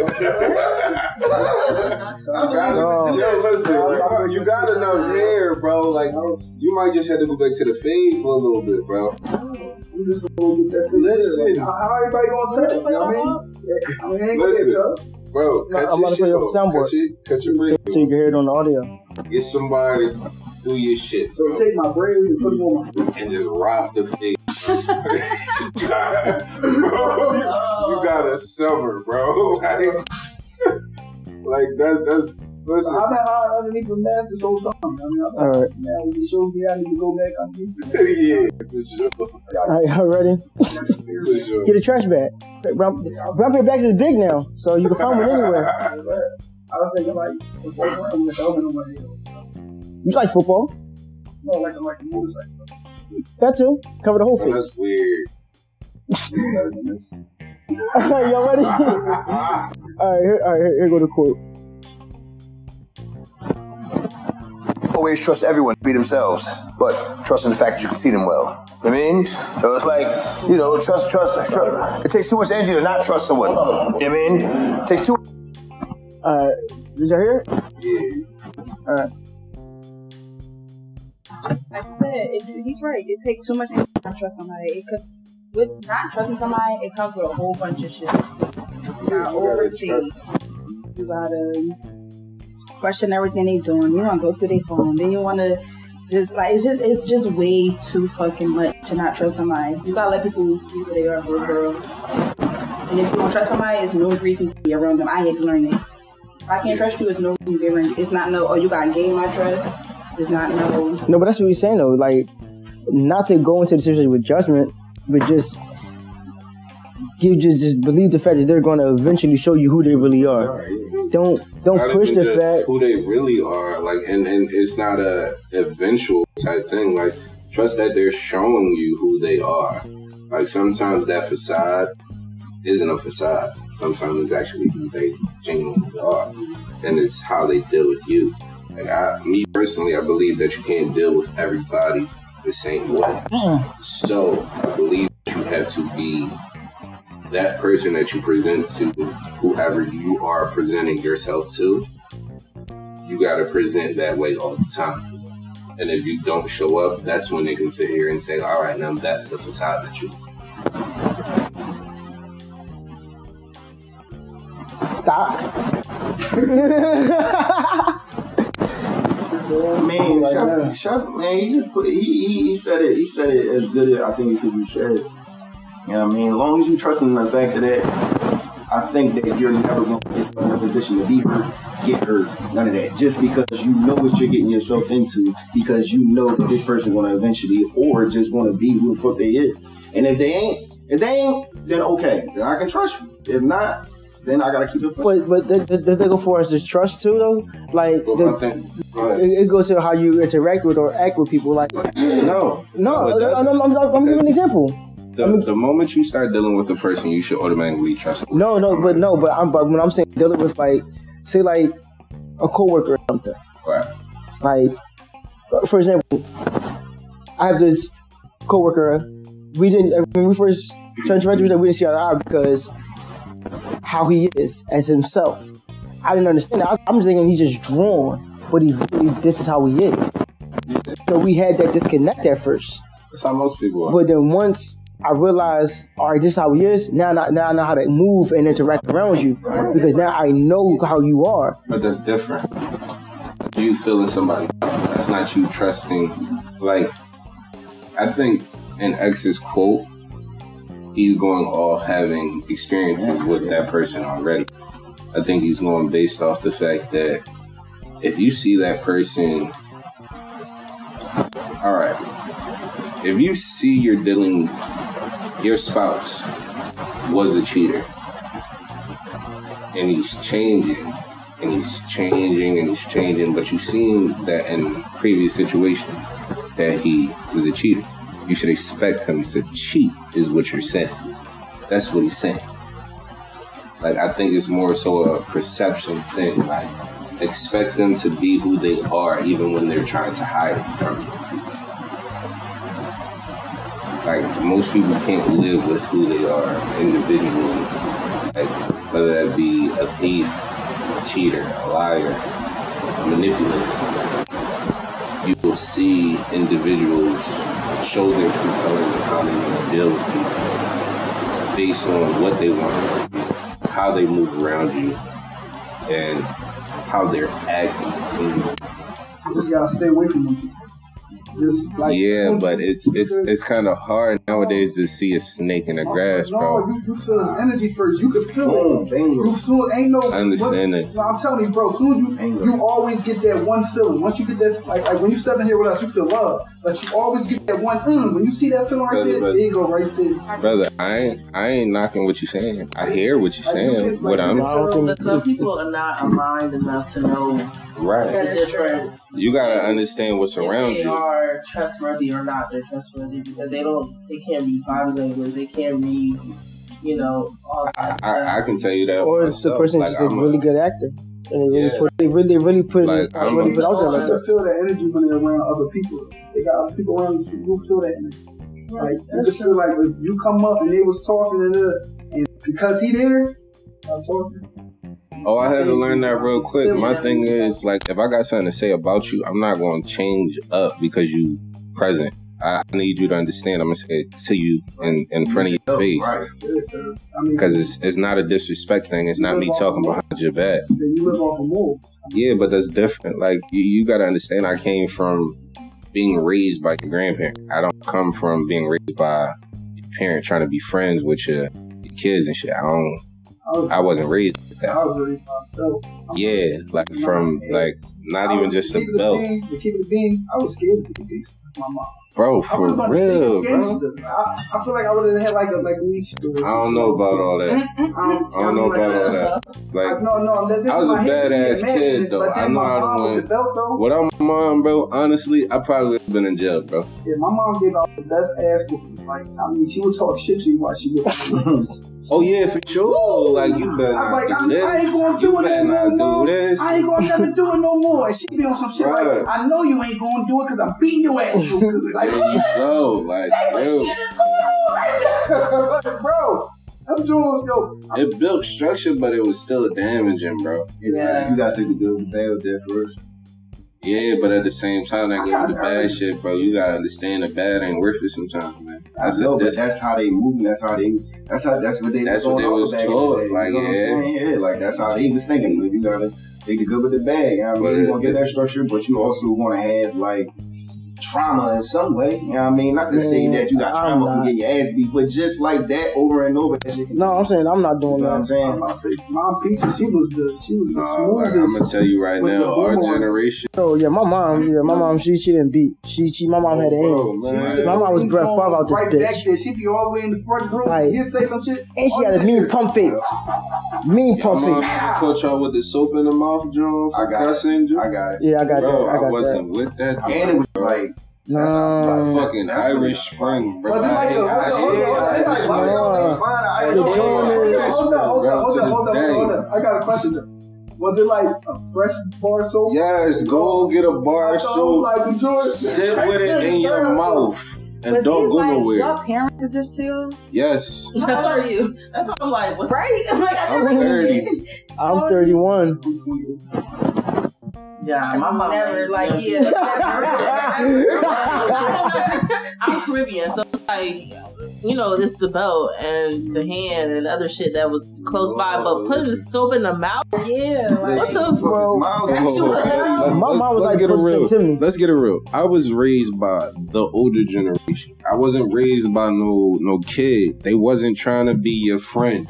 Speaker 4: gotta,
Speaker 2: No.
Speaker 4: Yo, listen, bro, you got enough hair, bro. Like, you might just have to go back to the fade for a little bit, bro.
Speaker 5: I'm just gonna go get that thing.
Speaker 4: Listen.
Speaker 5: how, how everybody gonna touch it? You know what I mean? Yeah, I mean, it ain't gonna get
Speaker 4: Listen.
Speaker 5: tough.
Speaker 4: Bro, cut
Speaker 2: I'm about to
Speaker 4: your
Speaker 2: play
Speaker 4: shit
Speaker 2: your
Speaker 4: off.
Speaker 2: soundboard.
Speaker 4: Cut your, cut your
Speaker 2: so, so you
Speaker 4: break
Speaker 2: can hear it on the audio.
Speaker 4: Get somebody to do your shit,
Speaker 5: So
Speaker 4: bro.
Speaker 5: take my braids and put them on my.
Speaker 4: and just rob the fade. bro, you, you got a summer, bro. Like, like that, that,
Speaker 5: So
Speaker 4: listen.
Speaker 5: I've been hiding underneath the mask this whole time. I mean, I
Speaker 2: All right.
Speaker 5: thought, man, it shows me I need to go back underneath.
Speaker 4: yeah, for sure.
Speaker 2: All right, y'all ready?
Speaker 4: For sure.
Speaker 2: Get a trash bag. Brown, brown paper bags is big now, so you can find one anywhere.
Speaker 5: I was thinking like, what's going on with the oven on my head?
Speaker 2: You like football?
Speaker 5: No, like I'm like a motorcycle.
Speaker 2: That too. Cover the whole face.
Speaker 4: That's weird.
Speaker 2: All right, y'all ready? all right, here, all right, here, here go the quote.
Speaker 7: always trust everyone to be themselves, but trust in the fact that you can see them well. I mean, so it's like, you know, trust, trust, trust. It takes too much energy to not trust someone. You know what I mean? It takes too
Speaker 2: All right, did y'all hear it?
Speaker 4: Yeah.
Speaker 2: All right.
Speaker 10: like I said, it, he's right. It takes too much energy to not trust somebody. It could, with not trusting somebody, it comes with a whole bunch of shit. You gotta overthink. You gotta question everything they doing. You wanna go through their phone. Then you wanna just like it's just it's just way too fucking much to not trust somebody. You gotta let people be who they are for real. And if you don't trust somebody, it's no reason to be around them. I had to learn it. If I can't trust you, it's no reason to be around you. It's not no, oh, you got gay my trust. It's not no,
Speaker 2: No, but that's what you're saying though. Like, not to go into the situation with judgment, but just you just just believe the fact that they're going to eventually show you who they really are. Don't don't
Speaker 4: Gotta
Speaker 2: push
Speaker 4: do
Speaker 2: the
Speaker 4: the-
Speaker 2: fact.
Speaker 4: who they really are. Like, and and it's not a eventual type thing. Like, trust that they're showing you who they are. Like sometimes that facade isn't a facade. Sometimes it's actually who they genuinely are, and it's how they deal with you. Like I, me personally, I believe that you can't deal with everybody the same way. So I believe that you have to be that person that you present to whoever you are presenting yourself to. You got to present that way all the time. And if you don't show up, that's when they can sit here and say, "All right, now that's the facade that you."
Speaker 7: Man,
Speaker 5: Like
Speaker 7: Shep,
Speaker 5: that.
Speaker 7: Shep, man, he just put he, he he said it. He said it as good as I think it could be said. You know what I mean? As long as you trust in the fact of that, I think that you're never going to get in a position to be hurt, get hurt, none of that. Just because you know what you're getting yourself into, because you know that this person going to eventually, or just going to be who the fuck they is. And if they ain't, if they ain't, then okay, then I can trust you. If not, then I gotta keep it. fucking-
Speaker 2: But but th- th- does that go for us to trust too though? Like
Speaker 4: But
Speaker 2: the,
Speaker 4: one thing, go ahead.
Speaker 2: it, it goes to how you interact with or act with people. Like
Speaker 4: no,
Speaker 2: no,
Speaker 4: But that-
Speaker 2: I'm, I'm, I'm, I'm giving an example.
Speaker 4: the, the moment you start dealing with a person, you should automatically trust. them.
Speaker 2: No, no, but no, but I'm but when I'm saying dealing with like, say like a coworker or something.
Speaker 4: Right.
Speaker 2: Like, for example, I have this coworker. We didn't when we first turned directors that we didn't see eye to eye because how he is as himself. I didn't understand that. I, I'm just thinking he's just drawn, but he really this is how he is. So we had that disconnect at first.
Speaker 7: That's how most people are.
Speaker 2: But then once I realized, all right, this is how he is. Now, now, now I know how to move and interact around with you because now I know how you are.
Speaker 7: But that's different. You feeling somebody. else. That's not you trusting. Like, I think in X's quote, he's going off having experiences with that person already. I think he's going based off the fact that if you see that person, all right, if you see you're dealing, your spouse was a cheater, and he's changing, and he's changing, and he's changing, but you've seen that in previous situations that he was a cheater. You should expect him to cheat, is what you're saying. That's what he's saying. Like, I think it's more so a perception thing. Like, expect them to be who they are, even when they're trying to hide it from you. Like, most people can't live with who they are individually. Like, whether that be a thief, a cheater, a liar, a manipulator. You will see individuals show their true colors and how they want to deal with people based on what they want, how they move around you, and how they're acting.
Speaker 5: Just gotta stay away from them. Just like
Speaker 4: yeah, but it's it's it's kind of hard nowadays to see a snake in the grass,
Speaker 5: Oh, no,
Speaker 4: bro.
Speaker 5: you, you feel his energy first. You can feel
Speaker 7: Boom,
Speaker 5: it.
Speaker 7: dangerous.
Speaker 5: You soon ain't no.
Speaker 4: I understand
Speaker 5: once-
Speaker 4: that.
Speaker 5: No, I'm telling you, bro. Soon you you always get that one feeling. Once you get that, like, like when you step in here with us, you feel love. But you always get that one. Mm, when you see that feeling right
Speaker 7: Brother,
Speaker 5: there,
Speaker 7: brother.
Speaker 5: there you go, right there.
Speaker 4: Brother, I ain't I ain't knocking what you saying. I hear what you're
Speaker 5: Like, you
Speaker 4: saying.
Speaker 5: get-
Speaker 4: What
Speaker 5: like, you
Speaker 4: I'm
Speaker 5: get turned-
Speaker 6: But some people are not aligned enough to know
Speaker 4: right.
Speaker 6: the difference.
Speaker 4: You gotta understand what's around
Speaker 6: if they
Speaker 4: you.
Speaker 6: are trustworthy or not. They're trustworthy because they don't. They can't read body language. They can't read. You know all that.
Speaker 4: I, I can tell you that.
Speaker 2: Or it's
Speaker 4: myself.
Speaker 2: the person
Speaker 4: Like,
Speaker 2: just a
Speaker 4: I'm
Speaker 2: really good actor. And they really,
Speaker 4: Yeah.
Speaker 2: put, they really, really put
Speaker 4: Like,
Speaker 2: it,
Speaker 4: I'm
Speaker 2: really put out there like
Speaker 5: You
Speaker 2: that.
Speaker 5: feel that energy when they're around other people. They got other people around you. You feel that energy. Like you just feel like if you come up and they was talking and, uh, and because he there, I'm talking.
Speaker 4: Oh, I had to learn that real quick.
Speaker 5: Still
Speaker 4: My thing
Speaker 5: learning.
Speaker 4: is like, if I got something to say about you, I'm not going to change up because you present. I I need you to understand. I'm gonna say it to you in, in front of your face
Speaker 7: Right.
Speaker 5: I mean,
Speaker 4: because it's it's not a disrespect thing. It's not me talking behind your back.
Speaker 5: then you live off of mold.
Speaker 4: Yeah, but that's different. Like you, you got to understand. I came from being raised by your grandparent. I don't come from being raised by your parent trying to be friends with your, your kids and shit. I don't.
Speaker 5: I was,
Speaker 4: I wasn't raised.
Speaker 5: I was really myself.
Speaker 4: Yeah, like from like not even just a belt.
Speaker 5: To keep it a bean, I was scared to be gangster. That's my mom.
Speaker 4: Bro,
Speaker 5: I was
Speaker 4: for
Speaker 5: about
Speaker 4: real,
Speaker 5: to be
Speaker 4: bro.
Speaker 5: gangster. I, I feel like I would have had like a like niche. I
Speaker 4: I don't know about all that.
Speaker 5: I don't,
Speaker 4: I don't know about all that.
Speaker 5: Like,
Speaker 4: Like,
Speaker 5: no, no, this
Speaker 4: I was
Speaker 5: is my
Speaker 4: a
Speaker 5: history,
Speaker 4: badass
Speaker 5: imagine
Speaker 4: kid,
Speaker 5: it,
Speaker 4: though.
Speaker 5: But then
Speaker 4: I know
Speaker 5: my
Speaker 4: I don't
Speaker 5: mom
Speaker 4: wanna-
Speaker 5: with the belt though.
Speaker 4: without my mom, bro, honestly, I probably would have been in jail, bro.
Speaker 5: Yeah, my mom gave out the best ass whoopings. Like, I mean, she would talk shit to you while she whipped your ass.
Speaker 4: Oh, yeah, for sure. Like, you better
Speaker 5: I'm like,
Speaker 4: not
Speaker 5: I'm,
Speaker 4: do
Speaker 5: I ain't
Speaker 4: this.
Speaker 5: gonna
Speaker 4: You
Speaker 5: do it
Speaker 4: better
Speaker 5: no
Speaker 4: not
Speaker 5: more.
Speaker 4: do this.
Speaker 5: I ain't gonna never do it no more. And she be on some shit
Speaker 7: Bruh.
Speaker 5: like, I know you ain't gonna do it because I'm beating your ass so good. Like,
Speaker 4: There you go. Like, yo,
Speaker 5: bro, I'm doing yo.
Speaker 4: it built structure, but it was still damaging, bro.
Speaker 6: Yeah.
Speaker 1: You gotta take the good with the bad with that first.
Speaker 4: Yeah, but at the same time, that goes with the bad shit, bro. You gotta understand the bad ain't worth it sometimes, man.
Speaker 1: I
Speaker 4: I said
Speaker 1: know, but
Speaker 4: this.
Speaker 1: that's how they move. and That's how they. was- That's how. That's what they.
Speaker 4: That's
Speaker 1: was
Speaker 4: what
Speaker 1: going
Speaker 4: they
Speaker 1: on
Speaker 4: was
Speaker 1: back in the
Speaker 4: taught,
Speaker 1: day,
Speaker 4: like,
Speaker 1: you know what I'm
Speaker 4: yeah.
Speaker 1: saying? yeah, like that's how they was thinking. You gotta take the good with the bad. You know what I
Speaker 4: But
Speaker 1: mean, you
Speaker 4: it-
Speaker 1: gonna get that structure, but you also gonna have like trauma in some way. You know what I mean? Not to say
Speaker 2: Man,
Speaker 1: that you got
Speaker 2: I'm
Speaker 1: trauma from
Speaker 2: not.
Speaker 1: getting your ass beat, but just like that over and over. That shit can,
Speaker 2: No, I'm saying I'm not
Speaker 1: you
Speaker 2: doing
Speaker 1: know what I'm
Speaker 2: that.
Speaker 1: saying?
Speaker 5: I'm about to say, Mom Peter, she was the, she was the
Speaker 4: Nah, like, I'm
Speaker 5: smoothest.
Speaker 4: gonna tell you right
Speaker 5: With the
Speaker 4: now, our
Speaker 5: boomerang.
Speaker 4: generation.
Speaker 2: So yeah, my mom, yeah, my mom, she she didn't beat. She she, my mom had an
Speaker 4: Bro,
Speaker 2: aim.
Speaker 5: She
Speaker 4: man.
Speaker 5: the
Speaker 2: My mom was Brett Favre out this
Speaker 5: right
Speaker 2: bitch.
Speaker 5: Back there. She be all the way in the front room.
Speaker 2: Like-
Speaker 5: He'll say some shit.
Speaker 2: And she
Speaker 5: all
Speaker 2: had a
Speaker 5: day.
Speaker 2: mean pump fake, mean
Speaker 4: Your
Speaker 2: pump
Speaker 4: mom
Speaker 2: fake.
Speaker 4: never caught y'all with the soap in the mouth, John.
Speaker 1: I got it.
Speaker 4: cussing, John?
Speaker 1: I got it.
Speaker 2: Yeah, I got
Speaker 4: bro,
Speaker 2: that. I
Speaker 4: I,
Speaker 2: got
Speaker 4: wasn't with that.
Speaker 1: And it was like
Speaker 2: that. No,
Speaker 4: fucking
Speaker 1: That's what
Speaker 4: Irish
Speaker 1: it-
Speaker 4: Spring, bro.
Speaker 5: Was it
Speaker 4: I
Speaker 5: like a-
Speaker 4: ain't- I
Speaker 5: hold on,
Speaker 4: ain't-
Speaker 5: hold on,
Speaker 4: I
Speaker 5: it's like-
Speaker 4: ain't-
Speaker 5: hold on,
Speaker 1: It's fine. I
Speaker 2: The
Speaker 1: ain't know.
Speaker 2: dorm
Speaker 5: Hold on, hold on, hold on,
Speaker 4: Bro,
Speaker 5: hold
Speaker 4: to
Speaker 5: on, hold
Speaker 4: this
Speaker 5: on, hold
Speaker 4: day.
Speaker 5: on. I got a question. though. Was it like a fresh bar of soap?
Speaker 4: Yes, go get a bar
Speaker 5: I
Speaker 4: of
Speaker 5: thought
Speaker 4: soap.
Speaker 5: Like you do it.
Speaker 4: Sit with it in your mouth and
Speaker 3: But
Speaker 4: don't
Speaker 3: these,
Speaker 4: go
Speaker 3: like,
Speaker 4: nowhere.
Speaker 3: Your parents did this to you,
Speaker 4: Yes,
Speaker 6: How old are you? That's what I'm like. What?
Speaker 3: right? I'm like, I
Speaker 4: I'm
Speaker 3: never,
Speaker 4: 30.
Speaker 2: I'm 31.
Speaker 6: Yeah, my mom.
Speaker 3: never,
Speaker 6: ain't
Speaker 3: like,
Speaker 6: done
Speaker 3: yeah.
Speaker 6: I'm Caribbean, so it's like you know, it's the belt and the hand and other shit that was close by, but putting the soap in the mouth.
Speaker 3: yeah,
Speaker 6: What
Speaker 3: like,
Speaker 6: the
Speaker 2: Bro,
Speaker 4: Miles
Speaker 6: Actually,
Speaker 4: Let's-
Speaker 6: no.
Speaker 4: let's-
Speaker 2: My mom was
Speaker 4: let's
Speaker 2: like,
Speaker 4: get it
Speaker 2: "Push
Speaker 4: real.
Speaker 2: them to me."
Speaker 4: Let's get it real. I was raised by the older generation. I wasn't raised by no no kid. They wasn't trying to be your friend.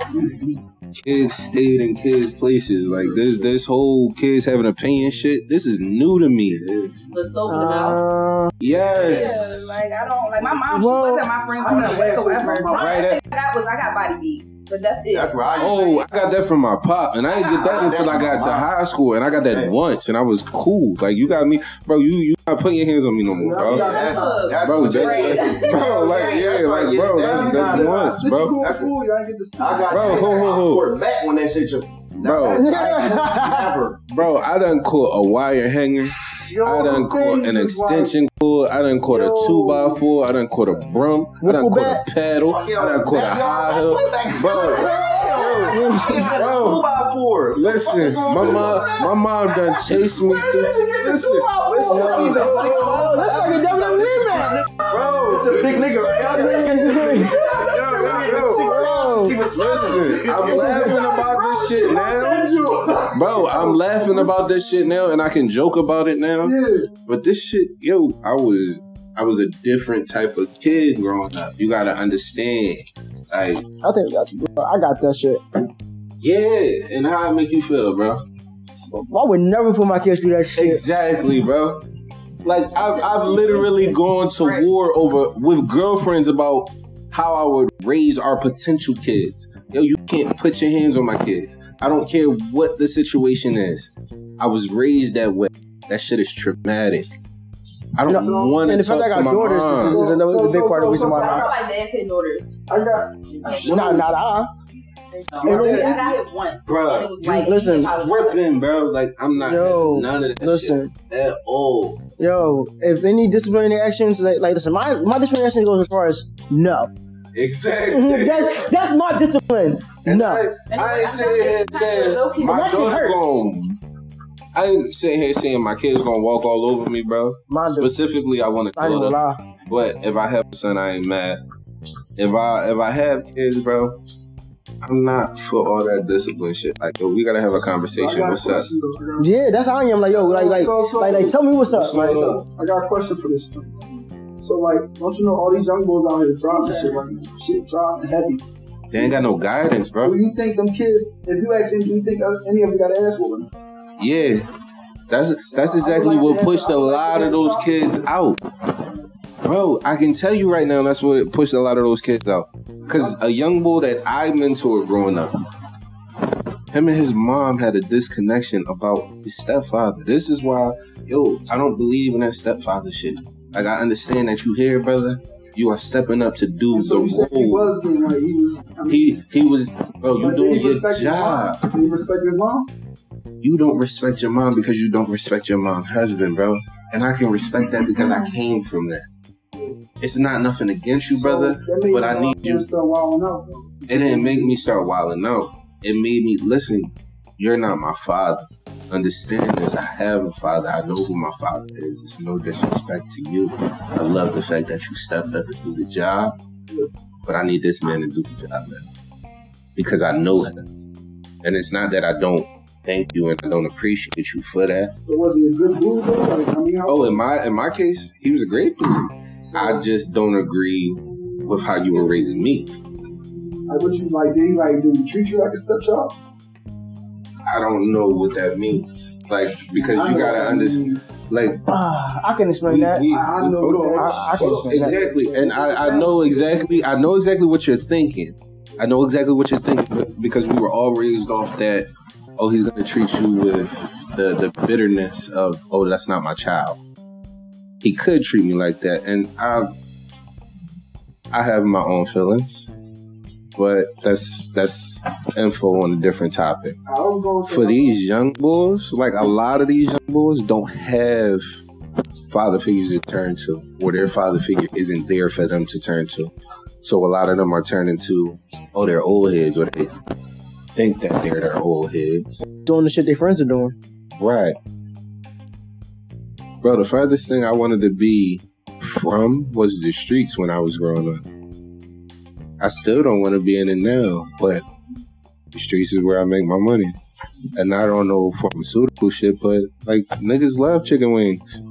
Speaker 4: Kids stayed in kids' places. Like this this whole kids having opinion shit. This is new to me.
Speaker 6: the soap in the mouth?
Speaker 2: Uh,
Speaker 3: yeah,
Speaker 4: Yes.
Speaker 3: like I don't like my mom.
Speaker 2: Well,
Speaker 3: she wasn't my friend
Speaker 5: I never had soap in
Speaker 3: whatsoever.
Speaker 5: my mouth.
Speaker 4: Right,
Speaker 3: Right, I got was I got body beat, but that's it.
Speaker 1: That's where I.
Speaker 4: Oh, I got that from my pop, and I didn't get that
Speaker 1: Ah,
Speaker 4: until I got to high school, and I got that once, and I was cool. Like you got me, bro. You you not putting your hands on me no more, bro.
Speaker 1: That's,
Speaker 5: uh,
Speaker 1: that's
Speaker 4: Bro,
Speaker 1: what you-
Speaker 4: that, bro, like yeah, like bro, that's that's once,
Speaker 5: Did you
Speaker 4: bro.
Speaker 5: go to
Speaker 1: That's-
Speaker 5: school? You ain't get to
Speaker 1: I got
Speaker 4: Bro,
Speaker 1: you.
Speaker 4: ho, ho, ho.
Speaker 1: I poured Matt on that shit. You
Speaker 4: Bro,
Speaker 1: never.
Speaker 4: bro, I done caught a wire hanger. I done caught an extension cord. I done caught a two by four. I done caught a broom. I done
Speaker 2: Whoople
Speaker 4: caught a paddle. I done caught a high heel. Bro,
Speaker 1: Two by four.
Speaker 4: listen, my mom, my mom done chased me through. Listen,
Speaker 1: Listen,
Speaker 4: Oh,
Speaker 1: he's a six
Speaker 2: oh, that's like a WWE match.
Speaker 1: Bro, it's a big nigga.
Speaker 4: yo, yo, yo.
Speaker 2: Bro,
Speaker 1: He was
Speaker 4: Listen, I'm laughing about this shit now. Bro, I'm laughing about this shit now and I can joke about it now. But this shit, yo, I was I was a different type of kid growing up. You gotta understand. Like,
Speaker 2: I think that's, bro, I got that shit.
Speaker 4: yeah, and how it make you feel, bro.
Speaker 2: I would never put my kids through that shit.
Speaker 4: Exactly, bro. Like I've I've literally gone to war over with girlfriends about how I would raise our potential kids. Yo, you can't put your hands on my kids. I don't care what the situation is. I was raised that way. That shit is traumatic. I don't
Speaker 2: No,
Speaker 4: want to
Speaker 2: and the
Speaker 4: talk
Speaker 2: fact that I
Speaker 4: to my
Speaker 2: got daughters is,
Speaker 4: mom.
Speaker 2: is another is a big part of the reason
Speaker 3: I
Speaker 2: why.
Speaker 3: don't like dad hitting orders.
Speaker 5: I got.
Speaker 2: Nah, not I.
Speaker 3: I got hit once.
Speaker 4: Bruh,
Speaker 3: and it was like,
Speaker 2: listen,
Speaker 4: Whipping, bro. Like I'm not
Speaker 2: Yo,
Speaker 4: none of that
Speaker 2: Listen,
Speaker 4: shit at all.
Speaker 2: yo, if any disciplinary actions, like, like listen, my, my disciplinary action goes as far as no.
Speaker 4: Exactly.
Speaker 2: that, that's my discipline. No.
Speaker 4: I, I ain't sitting here saying my
Speaker 2: That shit
Speaker 4: daughter
Speaker 2: hurts.
Speaker 4: going. I ain't sitting here saying my kid's gonna walk all over me, bro.
Speaker 2: Mine do.
Speaker 4: Specifically, I want a
Speaker 2: I ain't gonna
Speaker 4: daughter,
Speaker 2: lie.
Speaker 4: but if I have a son, I ain't mad. If I if I have kids, bro, I'm not for all that discipline shit. Like, yo, we gotta have a conversation. What's up?
Speaker 2: Yeah, that's how I am. Like, yo, like, like,
Speaker 5: So- so-
Speaker 2: like, like, tell me what's up.
Speaker 5: Like, look, I got a question for this. So, like, don't you know all these young boys out here driving shit right now? Shit driving heavy.
Speaker 4: They ain't got no guidance,
Speaker 5: Do
Speaker 4: bro.
Speaker 5: you think them kids, if you ask them, do you think any of them got an ass whooping?
Speaker 4: Yeah, that's that's exactly what pushed a lot of those kids out, bro. I can tell you right now, that's what it pushed a lot of those kids out. Cause a young boy that I mentored growing up, him and his mom had a disconnection about his stepfather. This is why, yo, I don't believe in that stepfather shit. Like I understand that you here, brother. You are stepping up to do
Speaker 5: And so you
Speaker 4: the
Speaker 5: said he
Speaker 4: role.
Speaker 5: was getting right. He was. I mean,
Speaker 4: He he was, bro. You
Speaker 5: but did
Speaker 4: doing
Speaker 5: he
Speaker 4: your
Speaker 5: respect his
Speaker 4: job
Speaker 5: mom? Did he respect his mom?
Speaker 4: you don't respect your mom because you don't respect your mom's husband, bro. And I can respect that because I came from that. It's not nothing against you, brother,
Speaker 5: So that made
Speaker 4: but I
Speaker 5: know
Speaker 4: need you.
Speaker 5: Just uh, wilding out. though.
Speaker 4: It didn't make me start wilding out. It made me listen. You're not my father. Understand this. I have a father. I know who my father is. It's no disrespect to you. I love the fact that you stepped up and do the job, but I need this man to do the job man. because I know him. And it's not that I don't thank you and I don't appreciate you for that.
Speaker 5: So was he a good dude? Though? Like, I mean, how,
Speaker 4: Oh, in my in my case, he was a great dude. I just don't agree with how you were raising me.
Speaker 5: like, what you like? Did he like? Did he treat you like a stepchild?
Speaker 4: I don't know what that means. Like because
Speaker 5: I
Speaker 4: you
Speaker 5: know
Speaker 4: gotta
Speaker 5: what I
Speaker 4: understand.
Speaker 5: mean.
Speaker 4: Like
Speaker 2: Ah, I can
Speaker 4: we,
Speaker 2: explain
Speaker 4: we,
Speaker 2: that.
Speaker 4: we-
Speaker 5: I- I know
Speaker 4: hold on.
Speaker 5: that.
Speaker 2: I- I can
Speaker 4: Hold on.
Speaker 2: explain that.
Speaker 4: exactly, and I, I know exactly. I know exactly what you're thinking. I know exactly what you're thinking but- because we were all raised off that. Oh, he's gonna treat you with the the bitterness of oh, that's not my child. He could treat me like that, and I I have my own feelings. but that's that's info on a different topic.
Speaker 5: I was going
Speaker 4: For these young bulls, like a lot of these young bulls don't have father figures to turn to, or their father figure isn't there for them to turn to. So a lot of them are turning to, oh, they're old heads, or they think that they're their old heads.
Speaker 2: Doing the shit their friends are doing.
Speaker 4: Right. Bro, the furthest thing I wanted to be from was the streets when I was growing up. I still don't want to be in it now, but the streets is where I make my money. And I don't know pharmaceutical shit, but like niggas love chicken wings.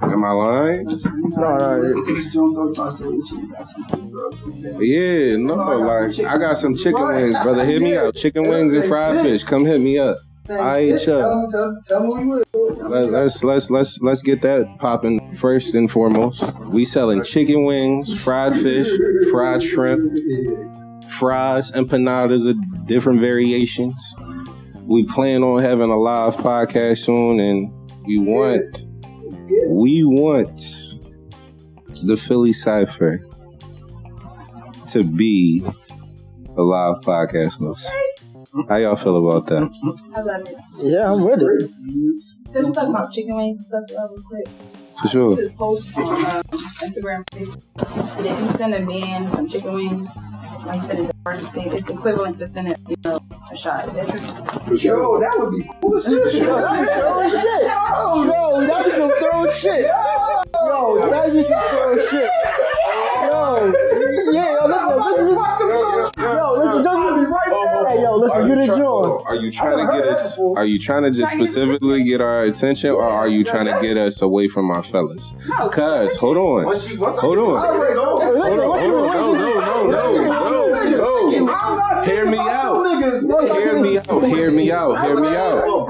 Speaker 4: Am I lying?
Speaker 2: No, no,
Speaker 5: Please don't go talk to me. She got some good drugs. from there.
Speaker 4: Yeah, no, like I got some chicken wings, brother. Hit me up. Chicken wings and fried fish. Come hit me up. I ain't sure.
Speaker 5: Tell him- Tell tell him who you is.
Speaker 4: Let- Let's let's let's let's get that popping first and foremost. We selling chicken wings, fried fish, fried shrimp, fries, empanadas of different variations. We plan on having a live podcast soon, and we want we want the Philly Cipher to be a live podcast host. How y'all feel about that?
Speaker 3: I love it.
Speaker 2: yeah, I'm with it.
Speaker 3: Since we're talking about chicken wings and stuff, uh, real quick.
Speaker 4: For sure.
Speaker 3: This post on uh, Instagram, Facebook. that If you send a man some chicken wings, like send it to the state, it's equivalent to sending you know, a shot. Is that true?
Speaker 5: Yo, that would be cool as shit.
Speaker 2: Throwing Oh, shit. Yo, that was some throw shit. Yo, that was some throw shit. Yo, yeah, yo, listen, listen, listen. Yo, listen, don't you be right there. Hey, yo, listen, you the joint.
Speaker 4: Are you trying to get us? Are you trying to just specifically get our attention, or are you trying to get us away from our fellas? Cuz, hold on,
Speaker 1: Once she, once
Speaker 4: hold on,
Speaker 2: Hey, Listen,
Speaker 1: on.
Speaker 4: hold on,
Speaker 2: what you
Speaker 4: hold on,
Speaker 2: what you-
Speaker 4: no, no, no, no, no, no. Hear me out. Hear me out. Hear me out. Hear me out.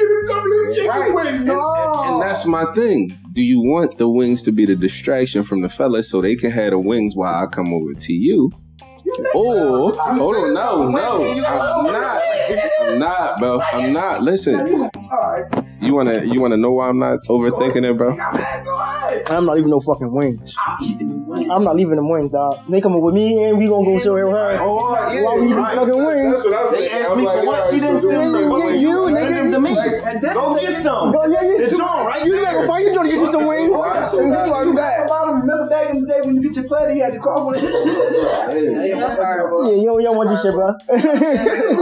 Speaker 4: Right. And, and- and that's my thing. Do you want the wings to be the distraction from the fellas so they can have the wings while I come over to you? Or hold on, no, no, I'm not, I'm not, bro, I'm not. Listen, you wanna, you wanna know why I'm not overthinking it, bro?
Speaker 2: I'm not even no fucking wings. I'm not leaving them wings, dog. They coming with me and we gonna go show her.
Speaker 4: Oh, yeah,
Speaker 2: Why we eating fucking wings?
Speaker 7: That's what I'm
Speaker 1: They
Speaker 7: thinking.
Speaker 1: asked
Speaker 7: I'm
Speaker 1: me
Speaker 7: like,
Speaker 1: for what she
Speaker 7: yeah,
Speaker 1: didn't
Speaker 7: so
Speaker 1: send me.
Speaker 7: different.
Speaker 2: Nigga, you,
Speaker 1: Send them to
Speaker 2: nigga.
Speaker 1: me.
Speaker 5: É,
Speaker 1: Go get some.
Speaker 2: Yo, yeah, you
Speaker 1: The
Speaker 2: too.
Speaker 1: joint right
Speaker 2: You
Speaker 1: there.
Speaker 2: nigga, fine, you trying to get you some wings?
Speaker 5: Remember back in the day when you get your platter, you had to call for it.
Speaker 2: Yeah, you don't, you don't want this shit, bro.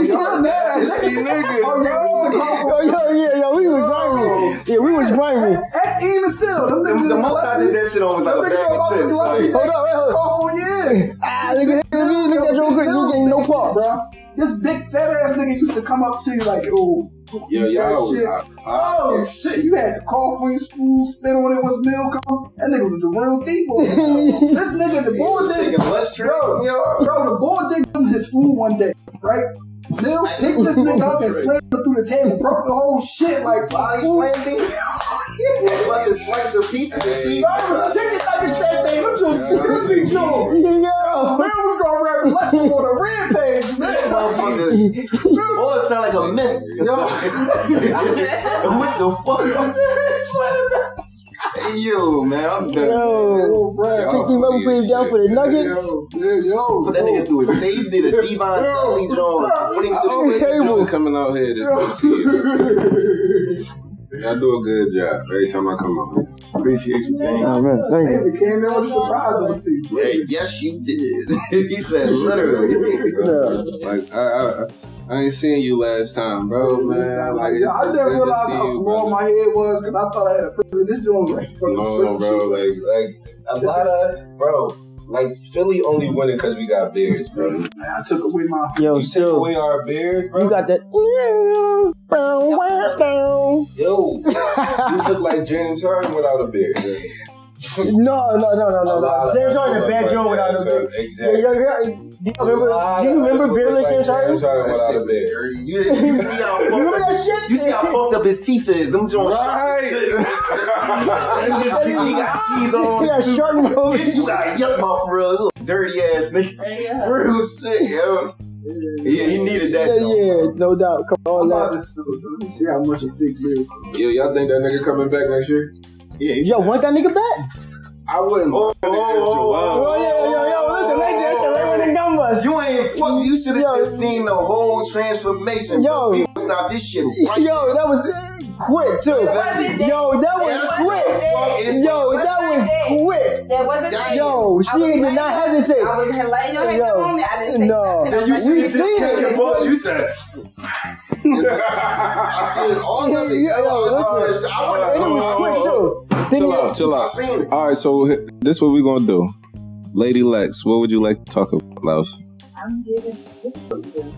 Speaker 5: We still mad.
Speaker 7: See, nigga.
Speaker 5: Oh, yo.
Speaker 2: yo, yo, yeah, yo, we was grimy. Yeah, we was grimy.
Speaker 5: That's even still. Them
Speaker 1: The,
Speaker 5: niggas
Speaker 1: the most I did that shit on was like a bag of chips. Like,
Speaker 2: Hold up, wait, hold up.
Speaker 5: Call for years.
Speaker 2: Ah, nigga, hit me, look at your quick, you ain't no fault, bro.
Speaker 5: bro. This big fat ass nigga used to come up to you like, oh,
Speaker 7: Yo, y'all was
Speaker 5: shit.
Speaker 7: out of
Speaker 5: Oh
Speaker 7: pocket.
Speaker 5: shit, you had to call for your school, spit on it was meal come. That nigga was the real thief. on it. this nigga, the boy
Speaker 1: taking
Speaker 5: did,
Speaker 1: lunch trips.
Speaker 5: bro, bro, the boy did him his food one day, right? Bill picked this nigga up and slammed him through the table, broke the whole shit like
Speaker 1: Body
Speaker 5: food.
Speaker 1: slamming. Fucking slice a piece of the cheese.
Speaker 5: Bro, it was chicken nuggets that day. Them just shit, this be Joe. Oh, Man
Speaker 2: Yo,
Speaker 5: was gonna rap left on a rampage, man.
Speaker 1: Motherfucker. Boy, it sound like a myth. what the fuck? Hey, yo, man, I'm done.
Speaker 2: yo.
Speaker 5: Oh, bro.
Speaker 2: Pick him up and put him down for the nuggets.
Speaker 5: Yo, yeah, yo.
Speaker 1: Put that nigga through a safety, the Devon Dudley John. Put him
Speaker 4: Oh,
Speaker 1: through
Speaker 4: wait,
Speaker 2: Cable.
Speaker 4: y'all coming out here this first year. Y'all do a good job every time I come out.
Speaker 1: Appreciate you, man.
Speaker 2: Oh, man, thank you.
Speaker 5: David came in with a surprise on the feast.
Speaker 1: Hey, yes, you did. he said literally.
Speaker 4: Like I, I, I ain't seen you last time, bro, man. Like,
Speaker 5: Yo, I
Speaker 4: it's- it's
Speaker 5: didn't
Speaker 4: good to
Speaker 5: realize
Speaker 4: see
Speaker 5: how
Speaker 4: you,
Speaker 5: small
Speaker 4: brother.
Speaker 5: my head was because I thought I had a privilege. This joint was like from
Speaker 4: No,
Speaker 5: the
Speaker 4: bro,
Speaker 5: shit.
Speaker 4: like, like a lot of, bro, like Philly only won it because we got beers, bro.
Speaker 5: Man, I took away my.
Speaker 2: Yo,
Speaker 4: You take
Speaker 2: chill.
Speaker 4: away our beers, bro.
Speaker 2: You got that. Bow, wow, bow.
Speaker 4: yo, you look like James Harden without a beard.
Speaker 2: No, no, no, no,
Speaker 4: A
Speaker 2: no,
Speaker 4: lot
Speaker 2: no.
Speaker 4: of
Speaker 2: James
Speaker 4: people
Speaker 2: Harden,
Speaker 4: look
Speaker 2: a bad
Speaker 4: like
Speaker 2: joint without
Speaker 4: James
Speaker 2: a beard.
Speaker 4: Harden.
Speaker 2: Yeah,
Speaker 4: Exactly.
Speaker 2: yeah, yeah. Do you
Speaker 4: A
Speaker 2: remember?
Speaker 4: lot
Speaker 2: Do you
Speaker 4: of
Speaker 2: remember
Speaker 4: us look
Speaker 2: beer like James Harden?
Speaker 4: James Harden without a beard.
Speaker 1: You, you see how
Speaker 2: You remember
Speaker 1: fucked up,
Speaker 2: that shit?
Speaker 1: you see how fucked up his teeth is. Them joints.
Speaker 4: Right.
Speaker 1: And his teeth, he got cheese on.
Speaker 2: Yeah, shark
Speaker 1: Bitch, you
Speaker 2: moment.
Speaker 1: got yuck mouth real dirty ass nigga.
Speaker 6: Yeah.
Speaker 1: Real shit, yo. Yeah, he needed
Speaker 2: Yeah,
Speaker 1: that.
Speaker 2: yeah, no doubt. Come
Speaker 5: I'm
Speaker 2: on,
Speaker 5: about
Speaker 2: now.
Speaker 5: to see- uh, let me see how much a thick beard.
Speaker 4: Yo, y'all think that nigga coming back next year?
Speaker 1: Yeah,
Speaker 2: Yo, want that nigga back?
Speaker 7: I wouldn't. Oh, oh,
Speaker 2: Oh, yo, yo, yo, listen, listen, that shit right when the gun was.
Speaker 1: You ain't fucked. You should have
Speaker 2: Yo.
Speaker 1: just seen the whole transformation.
Speaker 2: Yo.
Speaker 1: People stop this shit right
Speaker 2: Yo, that was quick too. Yo, that was quick. Yo, that was quick.
Speaker 10: That wasn't it.
Speaker 2: Yo, she
Speaker 10: I was
Speaker 2: did
Speaker 10: like-
Speaker 2: not hesitate.
Speaker 10: I was her lighting on her
Speaker 2: Yo,
Speaker 10: phone. I didn't say
Speaker 2: no.
Speaker 10: nothing. I'm
Speaker 1: You
Speaker 10: like,
Speaker 1: should
Speaker 2: We
Speaker 1: have just
Speaker 2: seen
Speaker 1: kept
Speaker 2: it.
Speaker 1: your balls. You said. I seen all of it.
Speaker 2: Yeah, yo,
Speaker 1: oh, I
Speaker 2: listen. And it was quick too. Didn't
Speaker 4: Chill out, chill out.
Speaker 1: seen it.
Speaker 4: All right, so h- this what we gonna do, Lady Lex. What would you like to talk about, love?
Speaker 10: I'm giving this.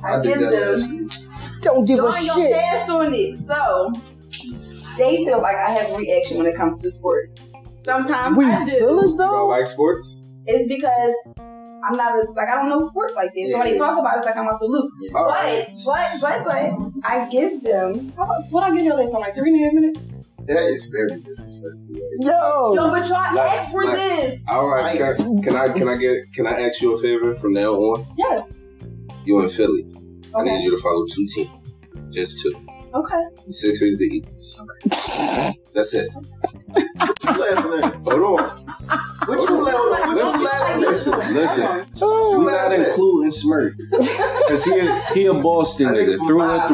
Speaker 1: I
Speaker 10: I
Speaker 1: think
Speaker 10: give
Speaker 1: that's
Speaker 10: them.
Speaker 1: actually.
Speaker 2: don't give a
Speaker 10: Doing your
Speaker 2: shit.
Speaker 10: past on it. So they feel like I have reaction when it comes to sports. Sometimes
Speaker 2: We
Speaker 10: I do.
Speaker 2: village
Speaker 7: You don't
Speaker 2: though.
Speaker 7: like sports?
Speaker 10: It's because I'm not a, like I don't know sports like this. So when they
Speaker 7: Yeah.
Speaker 10: talk about it, it's like I'm off the loop.
Speaker 7: All
Speaker 10: but
Speaker 7: right.
Speaker 10: but but but I give them. How about, what I give you last time? Like three and a half minutes.
Speaker 7: That is very disrespectful.
Speaker 10: Yo,
Speaker 2: Yo,
Speaker 10: but y'all
Speaker 7: Like-
Speaker 10: asked for
Speaker 7: like-
Speaker 10: this.
Speaker 7: All right, can I, can I can I get can I ask you a favor from now on?
Speaker 10: Yes.
Speaker 7: You in Philly? I
Speaker 10: Okay.
Speaker 7: need you to follow two teams, just two.
Speaker 10: Okay.
Speaker 7: The Sixers, the Eagles. That's it.
Speaker 1: You laughing at?
Speaker 7: Hold on.
Speaker 1: What you laughing at? What
Speaker 7: Listen,
Speaker 1: you laughing at?
Speaker 7: listen, listen.
Speaker 2: Oh.
Speaker 7: we not including Smurf. Cause he a, he a Boston
Speaker 1: I think
Speaker 7: nigga
Speaker 1: from
Speaker 7: through
Speaker 1: five.
Speaker 7: and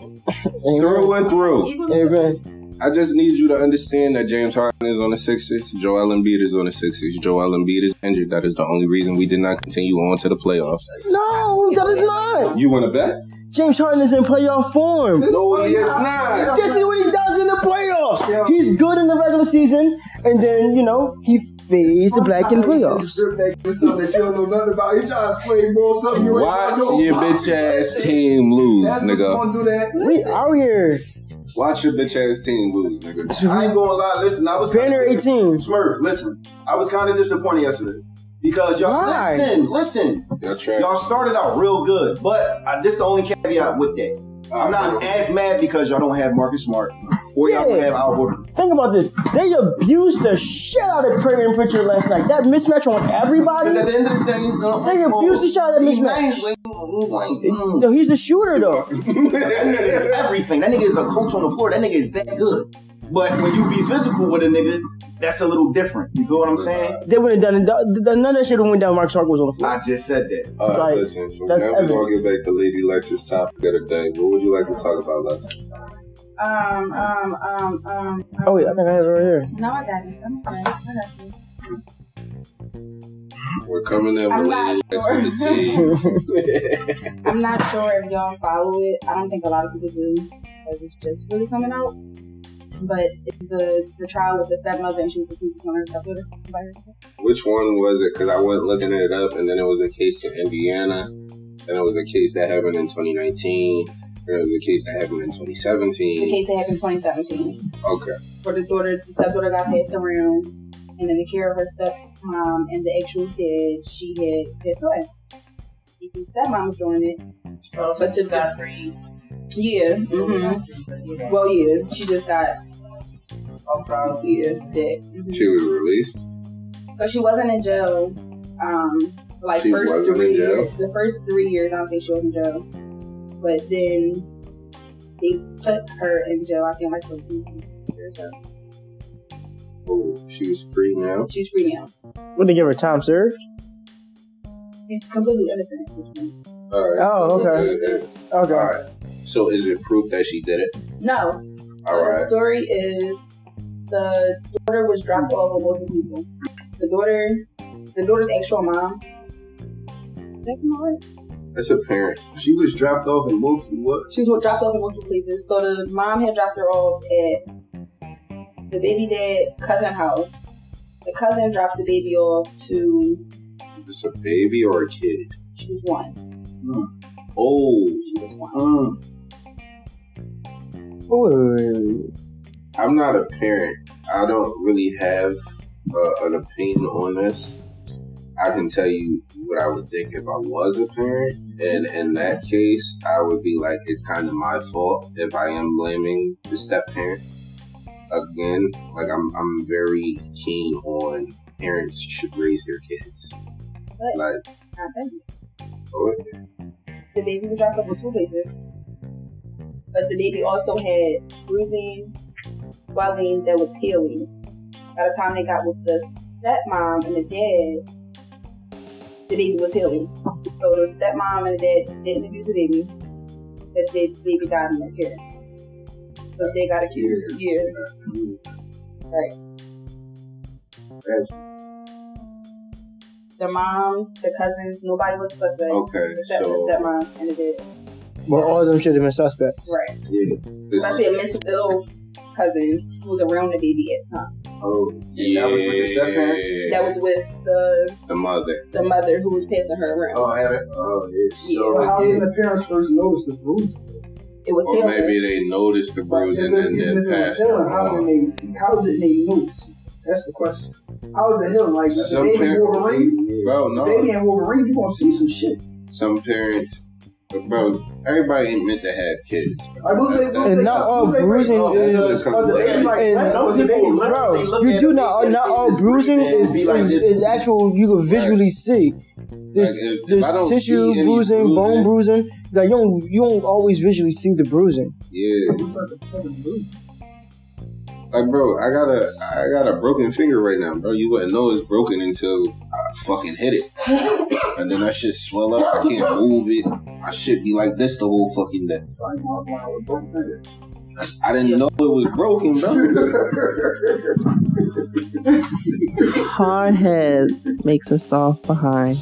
Speaker 7: through, through and through.
Speaker 2: Hey, man.
Speaker 4: I just need you to understand that James Harden is on the Sixers, Joel Embiid is on the Sixers, Joel Embiid is injured. That is the only reason we did not continue on to the playoffs.
Speaker 2: No, that is not.
Speaker 4: You want to bet?
Speaker 2: James Harden is in playoff form.
Speaker 7: No, he is not.
Speaker 2: This is what he does in the playoffs. He's good in the regular season, and then you know he fades the black in the playoffs.
Speaker 5: It's something that you don't know nothing about. He trying to explain more something you ain't
Speaker 4: Watch
Speaker 5: know.
Speaker 4: your bitch ass team lose,
Speaker 5: That's what's
Speaker 4: nigga.
Speaker 5: gonna do that.
Speaker 2: We out here.
Speaker 4: Watch your bitch ass team lose, nigga.
Speaker 1: I ain't gonna lie. Listen, I was
Speaker 2: Banner 18.
Speaker 1: Smurf, listen. I was kind of disappointed yesterday because y'all
Speaker 2: Why?
Speaker 1: listen, listen.
Speaker 4: Y'all trash.
Speaker 1: Y'all started out real good, but I, this the only caveat with that. I'm not as mad because y'all don't have Marcus Smart or y'all don't
Speaker 2: Yeah.
Speaker 1: have Al Horford.
Speaker 2: Think about this. They abused the shit out of Premier Pritchard last night. That mismatch on
Speaker 1: Because at
Speaker 2: everybody.
Speaker 1: the end of the day, you know,
Speaker 2: They abused the shit out of that
Speaker 1: He's
Speaker 2: mismatch.
Speaker 1: nice, but he- he ain't-
Speaker 2: No, he's a shooter though.
Speaker 1: Mm. That nigga is everything. That nigga is a coach on the floor. That nigga is that good. But when you be physical with a nigga, that's a little different. You feel what I'm saying?
Speaker 2: They wouldn't have done it. None of that shit would went down. Mark Stark was on the floor.
Speaker 1: I just said that.
Speaker 4: All right,
Speaker 2: Like,
Speaker 4: listen. So now
Speaker 2: that's
Speaker 4: we're
Speaker 2: evident.
Speaker 4: gonna get back to Lady Lex's topic of the day. What would you like to talk about, Lex?
Speaker 10: Um um um um.
Speaker 2: Oh wait, I think I have it right here.
Speaker 10: No, I got it. I'm sorry. I got you.
Speaker 4: We're coming in
Speaker 10: I'm
Speaker 4: with Lady
Speaker 10: not
Speaker 4: Lex
Speaker 10: sure.
Speaker 4: with the team.
Speaker 10: I'm not sure if y'all follow it. I don't think a lot of people do because it's just really coming out. But it was a, the trial with the stepmother and she was accused of killing her stepdaughter by herself.
Speaker 4: Which one was it? Because I went looking it up, and then it was a case in Indiana, and it was a case that happened in 2019, and it was a case that happened in
Speaker 10: The
Speaker 4: 2017.
Speaker 10: case that happened in 2017
Speaker 4: Okay.
Speaker 10: where the daughter, the stepdaughter got passed around and then the care of her stepmom and the actual kid, she had passed away. The stepmom was doing it.
Speaker 6: But just got free.
Speaker 10: Yeah. hmm Well, yeah. She just got,
Speaker 6: Oh,
Speaker 10: yeah, that. Mhm.
Speaker 4: She was released.
Speaker 10: So she wasn't in jail. Um, like
Speaker 4: She
Speaker 10: 1st
Speaker 4: wasn't
Speaker 10: three
Speaker 4: in jail?
Speaker 10: years, the first three years, I don't think she was in jail. But then they put her in jail. I think like for two years. so
Speaker 4: Oh, she was free now.
Speaker 10: She's free now.
Speaker 2: Would they give her time served?
Speaker 10: She's completely innocent. at this point.
Speaker 4: All right.
Speaker 2: Oh,
Speaker 4: so-
Speaker 2: okay.
Speaker 4: uh, uh,
Speaker 2: Okay.
Speaker 4: All right. So is it proof that she did it?
Speaker 10: No.
Speaker 4: All
Speaker 10: so
Speaker 4: right.
Speaker 10: The story is the daughter was dropped off with both people. The daughter, the daughter's actual mom. That's not right.
Speaker 4: That's apparent.
Speaker 1: She was dropped off in multiple what?
Speaker 10: She was dropped off in multiple places. So the mom had dropped her off at the baby dad cousin house. The cousin dropped the baby off to
Speaker 4: Is this a baby or a kid?
Speaker 10: she was one.
Speaker 1: Oh.
Speaker 10: She was one.
Speaker 1: Mm.
Speaker 2: Ooh.
Speaker 4: I'm not a parent. I don't really have uh, an opinion on this. I can tell you what I would think if I was a parent, and in that case, I would be like, it's kind of my fault if I am blaming the step parent. Again, like I'm, I'm very keen on parents should raise their kids. Like,
Speaker 10: Not baby.
Speaker 4: oh,
Speaker 10: The baby was dropped off in two places. But the baby also had bruising, swelling that was healing. By the time they got with the stepmom and the dad, the baby was healing. So the stepmom and the dad didn't abuse the baby. That the baby died in their care. But they got a cure. Yeah. Right. The mom, the cousins, nobody was a suspect.
Speaker 4: Okay,
Speaker 10: Except
Speaker 4: so-
Speaker 10: the stepmom and the dad.
Speaker 2: But all of them should have been suspects.
Speaker 10: Right.
Speaker 4: Yeah. This
Speaker 10: especially a mental ill cousin who was around the baby at the time.
Speaker 4: oh, yeah.
Speaker 7: that was with the stepparent?
Speaker 10: That was with the
Speaker 4: the mother.
Speaker 10: the mother who was passing her around.
Speaker 4: Oh, I had it. Oh, yeah.
Speaker 5: Well, how
Speaker 4: So,
Speaker 5: did the parents first notice the bruise?
Speaker 10: it was
Speaker 4: or
Speaker 10: Taylor.
Speaker 4: maybe they noticed the
Speaker 5: But
Speaker 4: bruise
Speaker 5: if,
Speaker 4: and
Speaker 5: it,
Speaker 4: then
Speaker 5: even if
Speaker 4: they
Speaker 5: it was
Speaker 4: passed it
Speaker 5: healing, how
Speaker 4: on.
Speaker 5: did they how did they notice? That's the question. How is it healing? Like if the
Speaker 4: Some
Speaker 5: baby
Speaker 4: parents,
Speaker 5: Wolverine,
Speaker 4: bro,
Speaker 5: the
Speaker 4: no.
Speaker 5: baby and Wolverine, you gonna see some shit.
Speaker 4: Some parents, bro, everybody ain't meant to have kids.
Speaker 5: Like, who's they, who's
Speaker 2: And
Speaker 5: they,
Speaker 2: not all
Speaker 5: who's they-
Speaker 2: bruising
Speaker 5: oh,
Speaker 2: is.
Speaker 4: that's
Speaker 5: oh, the baby like
Speaker 2: and
Speaker 5: that's
Speaker 7: Some
Speaker 5: what the baby
Speaker 7: people
Speaker 5: look-
Speaker 7: literally
Speaker 2: Bro,
Speaker 7: look
Speaker 2: you
Speaker 7: at
Speaker 2: do
Speaker 7: it,
Speaker 2: not.
Speaker 7: they
Speaker 2: Not
Speaker 7: see
Speaker 2: all
Speaker 7: this
Speaker 2: bruising
Speaker 7: breathing,
Speaker 2: is,
Speaker 7: be like
Speaker 2: is,
Speaker 7: this.
Speaker 2: is actual. You can visually see. There's,
Speaker 4: Like, if- if
Speaker 2: there's
Speaker 4: I don't
Speaker 2: tissue
Speaker 4: see any
Speaker 2: bruising, bone bruising. Like you don't, you don't always visually see the bruising.
Speaker 4: Yeah. Like, bro, I got a, I got a broken finger right now, bro. You wouldn't know it's broken until I fucking hit it, and then that shit swell up. I can't move it. I should be like this the whole fucking day. I didn't know it was broken, bro.
Speaker 6: Hard head makes us soft behind.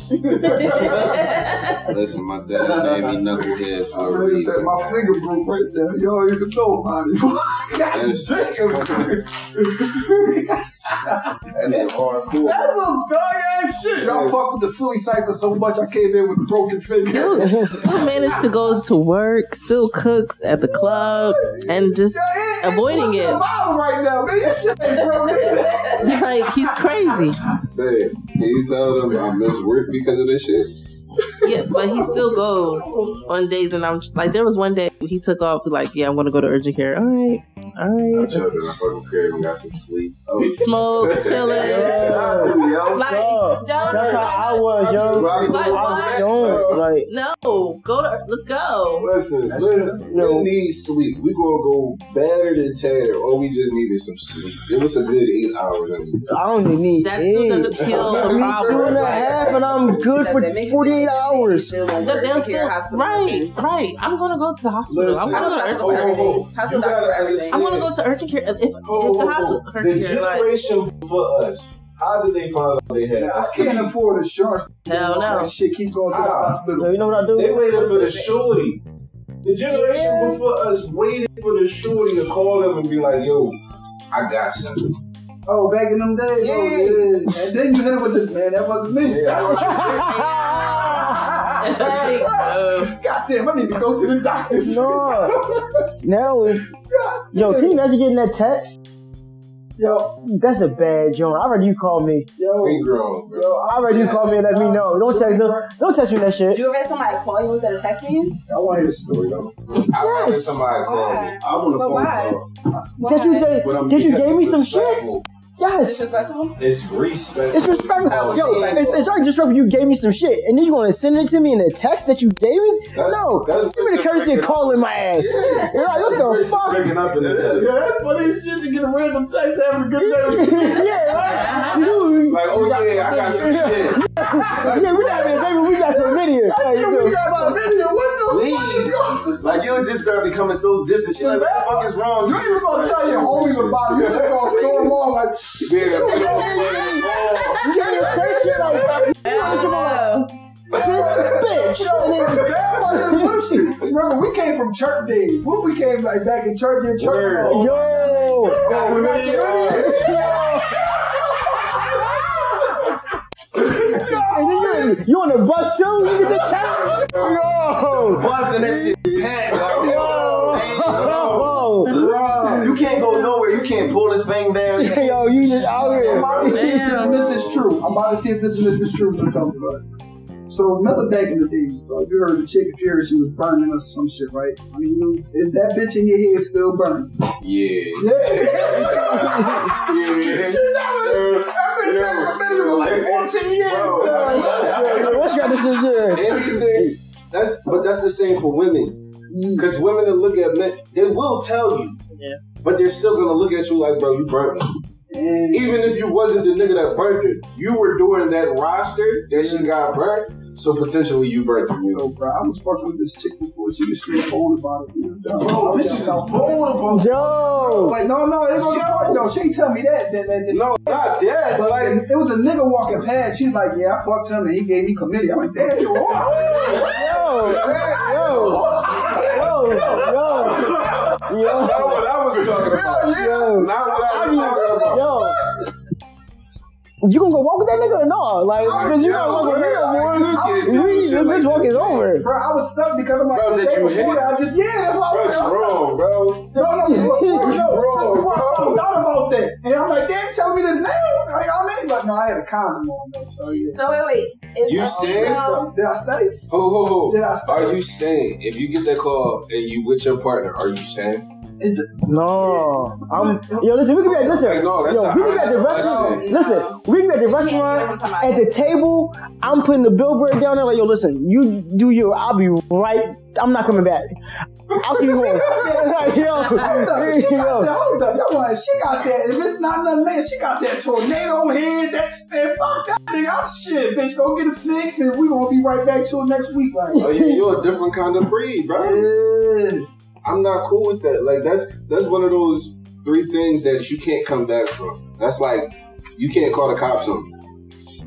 Speaker 4: Listen, my dad named me knucklehead
Speaker 5: I
Speaker 4: for a
Speaker 5: really said
Speaker 4: reason.
Speaker 5: my finger broke right there. You don't even know about it.
Speaker 4: That's, that's
Speaker 5: That's
Speaker 4: hardcore.
Speaker 5: some dog ass shit. Y'all fuck with the Philly cipher so much, I came in with a broken finger.
Speaker 6: Still, still managed to go to work, still cooks at the club, and just avoiding
Speaker 5: What's the
Speaker 6: it.
Speaker 5: bottom right now, man? Your shit ain't broken.
Speaker 6: Like, he's crazy.
Speaker 4: Man, can you tell them I miss work because of this shit?
Speaker 6: Yeah, but he still goes on days, and I'm just- like, there was one day he took off, like, yeah, I'm gonna go to urgent care. All right, all
Speaker 4: I
Speaker 6: right.
Speaker 4: chilled in the fucking crib and got some sleep. Oh,
Speaker 6: Smoke, chilling. Like,
Speaker 2: Yo,
Speaker 6: don't
Speaker 2: That's how I was, yo.
Speaker 4: Robbie,
Speaker 6: Like,
Speaker 4: listen,
Speaker 2: I
Speaker 6: what?
Speaker 2: don't like.
Speaker 6: No, go to, let's go.
Speaker 4: Listen, listen,
Speaker 2: No.
Speaker 4: we need sleep. We gonna go better than Taylor, or we just needed some sleep. It was a good eight hours. I mean,
Speaker 2: I don't even need
Speaker 6: That still
Speaker 2: eggs.
Speaker 6: doesn't kill the
Speaker 2: Give me two and
Speaker 6: problem.
Speaker 2: a half, and I'm good for 48 hours.
Speaker 6: But they'll still, right, right. I'm gonna go to the hospital. I'm gonna go
Speaker 4: Listen. Oh, oh,
Speaker 6: to urgent care.
Speaker 4: oh. You gotta understand.
Speaker 6: I'm gonna go to urgent care if, if
Speaker 4: Oh,
Speaker 6: the
Speaker 4: oh,
Speaker 6: hospital
Speaker 4: oh.
Speaker 6: urgent
Speaker 4: The
Speaker 6: care. Like,
Speaker 4: generation for us. How did they find out they had?
Speaker 5: I can't
Speaker 4: sleep?
Speaker 5: afford insurance.
Speaker 6: hell
Speaker 5: That
Speaker 6: no.
Speaker 5: shit keep going to the
Speaker 4: Ah.
Speaker 2: Yo,
Speaker 5: hospital.
Speaker 2: you know what I
Speaker 4: They
Speaker 2: do?
Speaker 4: waited for the shorty. The generation
Speaker 10: Yeah.
Speaker 4: before us waited for the shorty to call them and be like, "Yo, I got something."
Speaker 5: Oh, back in them days. Oh, yeah. And then you hit it with this, man, that wasn't me.
Speaker 4: Yeah, I want you-
Speaker 6: Like, uh,
Speaker 5: Goddamn, I need to go to the doctor.
Speaker 2: No. Now it's. Yo, can you imagine getting that text?
Speaker 5: Yo,
Speaker 2: That's a bad joint. I'd rather you call me.
Speaker 5: yo,
Speaker 4: we grown, bro.
Speaker 5: yo.
Speaker 2: I'd rather you call me and let me know. Don't text, no, don't text me that shit.
Speaker 10: You ever had somebody call you instead of texting you?
Speaker 5: I want to hear the story, though.
Speaker 4: I remember somebody called me.
Speaker 10: Why?
Speaker 4: I want a
Speaker 10: But
Speaker 4: phone call.
Speaker 10: why?
Speaker 2: Did you,
Speaker 10: Why?
Speaker 4: But I'm
Speaker 2: did, did you gave me some shit?
Speaker 4: respectful.
Speaker 2: Yes.
Speaker 10: Disrespectful?
Speaker 4: It's respectful.
Speaker 2: It's respectful.
Speaker 4: Oh,
Speaker 2: Yo, it's, it's already disrespectful. You gave me some shit, and then you gonna send it to me in a text that you gave me?
Speaker 4: That's-
Speaker 2: No,
Speaker 4: that's
Speaker 2: give me the
Speaker 4: what's
Speaker 2: courtesy
Speaker 4: different.
Speaker 2: of calling my ass. You're like, what the fuck?
Speaker 4: Breaking up in the
Speaker 5: Yeah,
Speaker 4: text.
Speaker 5: that's funny as shit to get a random text having a good day.
Speaker 2: yeah, right? You-
Speaker 4: Like, oh yeah, I got some shit.
Speaker 2: yeah, we not having a baby, we got some video. Like,
Speaker 5: Shit, we got my video. What the fuck?
Speaker 7: Leave. Like you just started becoming so distant. She like, what the fuck is wrong?
Speaker 5: You ain't even gonna tell your homies about it. You just gonna storm on like,
Speaker 4: Yeah, oh, yeah,
Speaker 2: you can't even say shit like that. You wanna come on, this bitch.
Speaker 5: yo,
Speaker 2: And
Speaker 5: man,
Speaker 2: then,
Speaker 5: the bad part is, what if she? Remember, we came from church days. What we came like back in church in church.
Speaker 4: Word.
Speaker 5: hall.
Speaker 2: yo,
Speaker 5: Back in
Speaker 4: yeah.
Speaker 5: the day.
Speaker 2: and then you, you on the bus too? You get the chat? Yo,
Speaker 7: Busting that shit. Pat, like,
Speaker 2: yo.
Speaker 7: Bro, you can't go nowhere. You can't pull this thing down.
Speaker 2: Yo, you just out
Speaker 5: I'm
Speaker 2: here.
Speaker 5: about to see if this myth is true. I'm about to see if this myth is true when it comes to it. So remember back in the days, bro, you heard the chicken fury, she was burning us some shit, right? I mean, you, is that bitch in your head still burning?
Speaker 4: yeah.
Speaker 5: Yeah.
Speaker 2: What's your this is there?
Speaker 4: Anything. That's but that's the same for women.
Speaker 2: Mm.
Speaker 4: Because women that look at men, they will tell you.
Speaker 6: Yeah.
Speaker 4: But they're still gonna look at you like, bro, you burnt me.
Speaker 7: Even if you wasn't the nigga that burnt her, you were doing that roster that she got burnt, so potentially you burnt her.
Speaker 5: Yo, bro, I was fucking with this chick before. She was straight phone about it. You know,
Speaker 7: Bro, bitch is vulnerable.
Speaker 2: Yo.
Speaker 5: Like, no, no, it's gonna get right though. She tell me that. that, that, that
Speaker 7: No, not that.
Speaker 5: But
Speaker 7: Like,
Speaker 5: it was a nigga walking past. She's like, "Yeah, I fucked him, and he gave me chlamydia." I'm like, "Damn, you are."
Speaker 2: Yo. Yo. Yo. Yo. Yo.
Speaker 7: not what I was talking about.
Speaker 2: Yo.
Speaker 7: Not what I
Speaker 2: I
Speaker 7: was
Speaker 2: mean,
Speaker 7: talking about.
Speaker 2: yo. You gonna go walk with that nigga or no? Like,
Speaker 7: I-
Speaker 2: cause you
Speaker 7: yeah,
Speaker 2: not walk with
Speaker 7: I-
Speaker 2: me
Speaker 7: I- you
Speaker 2: no
Speaker 7: can't
Speaker 2: more.
Speaker 7: do
Speaker 2: We,
Speaker 7: shit
Speaker 2: this
Speaker 7: like
Speaker 2: bitch walk
Speaker 7: that.
Speaker 2: is over.
Speaker 5: Bro, I was stuck because I'm like,
Speaker 7: Bro,
Speaker 5: the
Speaker 7: that
Speaker 5: day
Speaker 7: you
Speaker 5: before
Speaker 7: hit?
Speaker 5: that, I just yeah, that's why I
Speaker 7: Bro,
Speaker 5: was
Speaker 7: it's wrong, bro.
Speaker 5: No, no, no, no, no,
Speaker 7: Bro,
Speaker 5: before I
Speaker 7: bro.
Speaker 5: found out about that, and I'm like, "Damn, you telling me this now?" Like, I mean, like, no, I had a condom on though, so yeah.
Speaker 10: So wait, wait. Is
Speaker 7: You
Speaker 10: a
Speaker 7: said-
Speaker 10: female-
Speaker 5: Did I study?
Speaker 7: Ho, ho, ho.
Speaker 5: Did I study?
Speaker 7: Are you saying if you get that call and you with your partner, are you saying?
Speaker 5: It,
Speaker 2: No, I'm. Yo, listen, we can be at listen.
Speaker 7: Like, no, that's
Speaker 2: yo,
Speaker 7: a
Speaker 2: we can be at the
Speaker 7: honest
Speaker 2: restaurant.
Speaker 7: question.
Speaker 2: Listen, we can be at the restaurant at the table. I'm putting the billboard down there. Like, yo, listen, you do you. I'll be right. I'm not coming back. I'll see you home. like,
Speaker 5: Hold up, she
Speaker 2: yo,
Speaker 5: got that.
Speaker 2: yo.
Speaker 5: Hold up, y'all like, she got that. If it's not nothing, man, she got that tornado head. That man, fuck that nigga. I'm shit, bitch. Go get it fixed, and we gonna be right back till next week. Like,
Speaker 7: Oh yeah, you're a different kind of breed, bro.
Speaker 5: yeah.
Speaker 7: I'm not cool with that. Like that's that's one of those three things that you can't come back from. That's like you can't call the cops on. me.